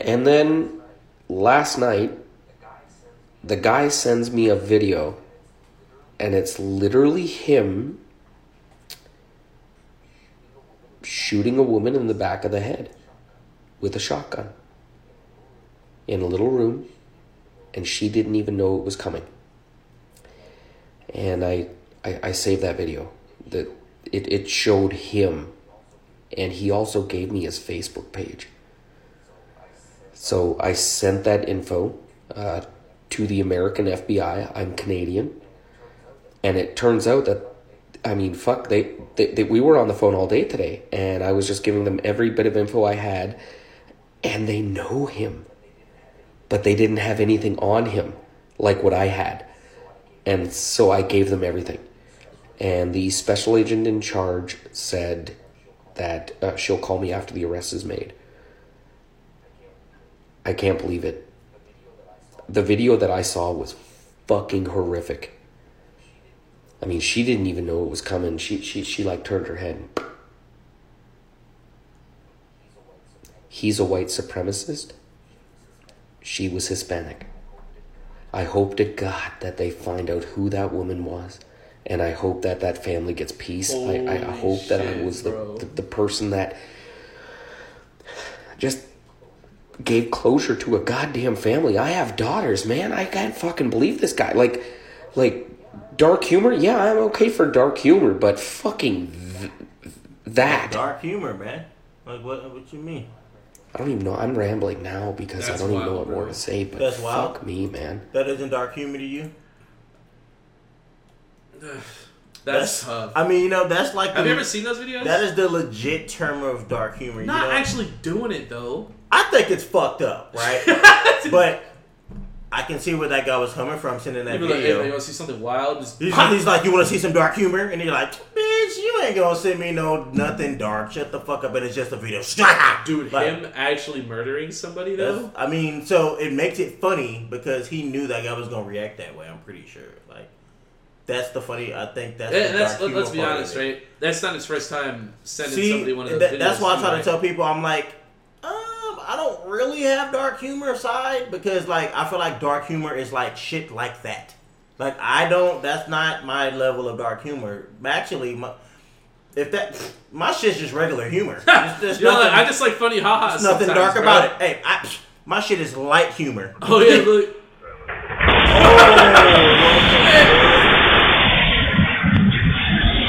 And then last night, the guy sends me a video, and it's literally him shooting a woman in the back of the head with a shotgun in a little room, and she didn't even know it was coming. And I, I, I saved that video. That it, it showed him, and he also gave me his Facebook page. So I sent that info uh, to the American FBI. I'm Canadian, and it turns out that I mean, fuck, they, they, they we were on the phone all day today, and I was just giving them every bit of info I had, and they know him, but they didn't have anything on him like what I had, and so I gave them everything, and the special agent in charge said that uh, she'll call me after the arrest is made. I can't believe it. The video that I saw was fucking horrific. I mean, she didn't even know it was coming. She she she like turned her head. He's a white supremacist. She was Hispanic. I hope to God that they find out who that woman was, and I hope that that family gets peace. I, I, I Holy hope that I shit, was the, bro. the the person that just gave closure to a goddamn family. I have daughters, man. I can't fucking believe this guy. Like, like dark humor. Yeah, I'm okay for dark humor, but fucking th- that. Dark humor, man. Like what? What you mean? I don't even know. I'm rambling now because That's I don't even know wild, what more to say. But That's wild. fuck me, man. That isn't dark humor to you. Eh, That's tough. I mean, you know, that's like. Have you ever seen those videos? That is the legit term of dark humor. Not you know? actually doing it though. I think it's fucked up, right? but I can see where that guy was coming from sending that People are like, hey, video. man, you want to see something wild? Just he's, he's like, you want to see some dark humor? And you're like, bitch, you ain't gonna send me no nothing dark. Shut the fuck up. And it's just a video. Shut up, dude. Like, him actually murdering somebody that's- though. I mean, so it makes it funny because he knew that guy was gonna react that way. I'm pretty sure. Like, that's the funny. I think that's. And the that's dark let, humor us be part of honest, it. right? That's not his first time sending See, somebody one of those that- videos. that's why I too, try to right? tell people, I'm like, um, I don't really have dark humor side because, like, I feel like dark humor is like shit like that. Like, I don't. That's not my level of dark humor. Actually, my, if that my shit's just regular humor. There's- there's You know, like, nothing- I just like funny ha there's nothing dark about it. Hey, I, my shit is light humor. Oh yeah, look.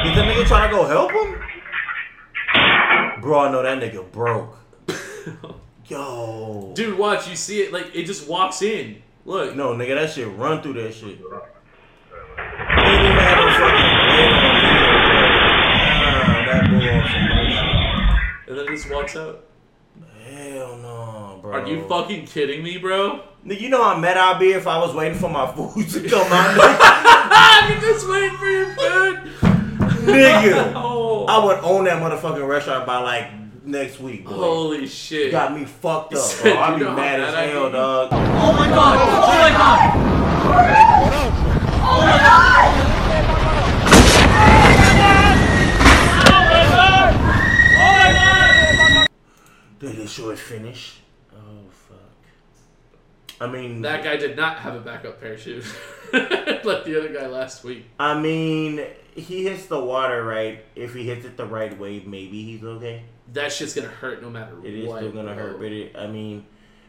Did that nigga try to go help him? Bro, I know that nigga broke. Yo. Dude, watch. You see it? Like it just walks in. Look. No, nigga, that shit run through that shit. And then it just walks out. Hell no, bro. Are you fucking kidding me, bro? Nigga, you know how mad I'd be if I was waiting for my food to come out. I'm just waiting for your food. nigga, Oh. I would own that motherfucking restaurant by like next week. Boy. Holy shit! Got me fucked up, said bro. you I'd be know how mad as mad I'd hell, be. dog. Oh my god! Oh my god! Oh my god! Oh my god! Oh my god! short finish. Oh fuck. I mean, That guy did not have a backup parachute like the other guy last week. I mean, he hits the water right. If he hits it the right way, maybe he's okay. That shit's gonna hurt no matter what. It is still gonna hurt, but it, I mean,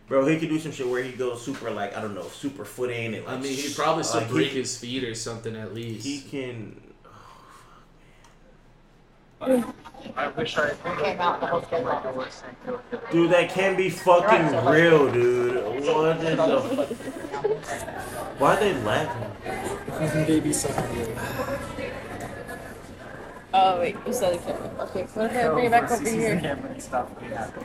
bro, he could do some shit where he goes super like I don't know, super foot in and like. I mean, he'd probably still like, he break can- his feet or something at least. He can. I wish I came out the whole schedule. Dude, that can be fucking real, dude. What in the? Why are they laughing? Baby Oh wait, it's the other camera. Okay, so okay, bring it back over here.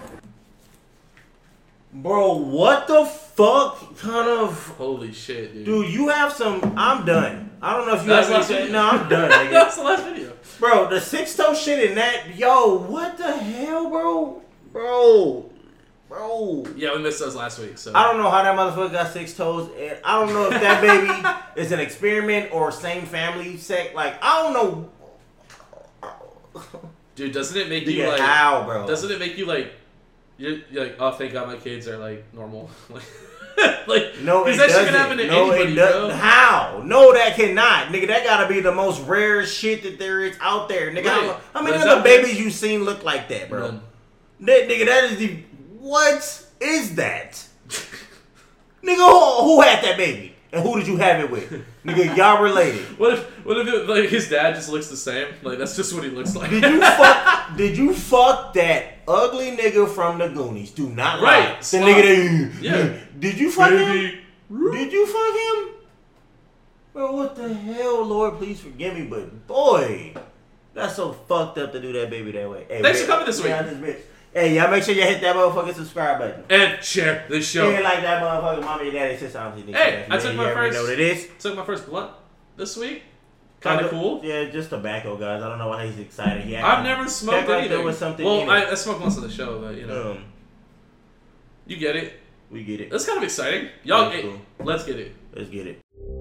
Bro, what the fuck kind of holy shit, dude? Dude, you have some. I'm done. I don't know if you That's have the last anything. video. No, I'm done. Nigga. That's the last video. Bro, the six toe shit in that. Yo, what the hell, bro? Bro, bro. Yeah, we missed those last week, so I don't know how that motherfucker got six toes, and I don't know if that baby is an experiment or same family sect. Like, I don't know. Dude, doesn't it make Dude, you like how, bro? Doesn't it make you like you're, you're like, oh thank god my kids are like normal. Like- like No, it is that shit doesn't. gonna happen to no, anybody, it bro? doesn't. How? No, that cannot, nigga. That gotta be the most rare shit that there is out there, nigga. Right. How- How many That's other out there. babies you seen look like that, bro? That nigga, that is the what is that? nigga, who, who had that baby and who did you have it with? nigga, y'all related. What if what if it, like his dad just looks the same? Like that's just what he looks like. Did you fuck? did you fuck that ugly nigga from the Goonies? Do not lie. Right, The slime. nigga that. Yeah. Did you fuck Baby. him? Did you fuck him? Bro, what the hell, Lord? Please forgive me, but boy, that's so fucked up to do that baby that way. Hey, Thanks man, for coming this man, week. I just- Hey, y'all make sure you hit that motherfucking subscribe button. And share the show. Yeah, like that motherfucking mommy and daddy sister. I don't think they Hey, care. I took You my already first Know what it is? Took my first blunt this week. Kinda Tobacco- cool. Yeah, just tobacco, guys. I don't know why he's excited. He I've acted- never he smoked acted like anything. There was something. well, in it. Um. I, I smoked once on the show, but you know, you get it. We get it. That's kind of exciting. Y'all, That's get, cool. let's get it. Let's get it.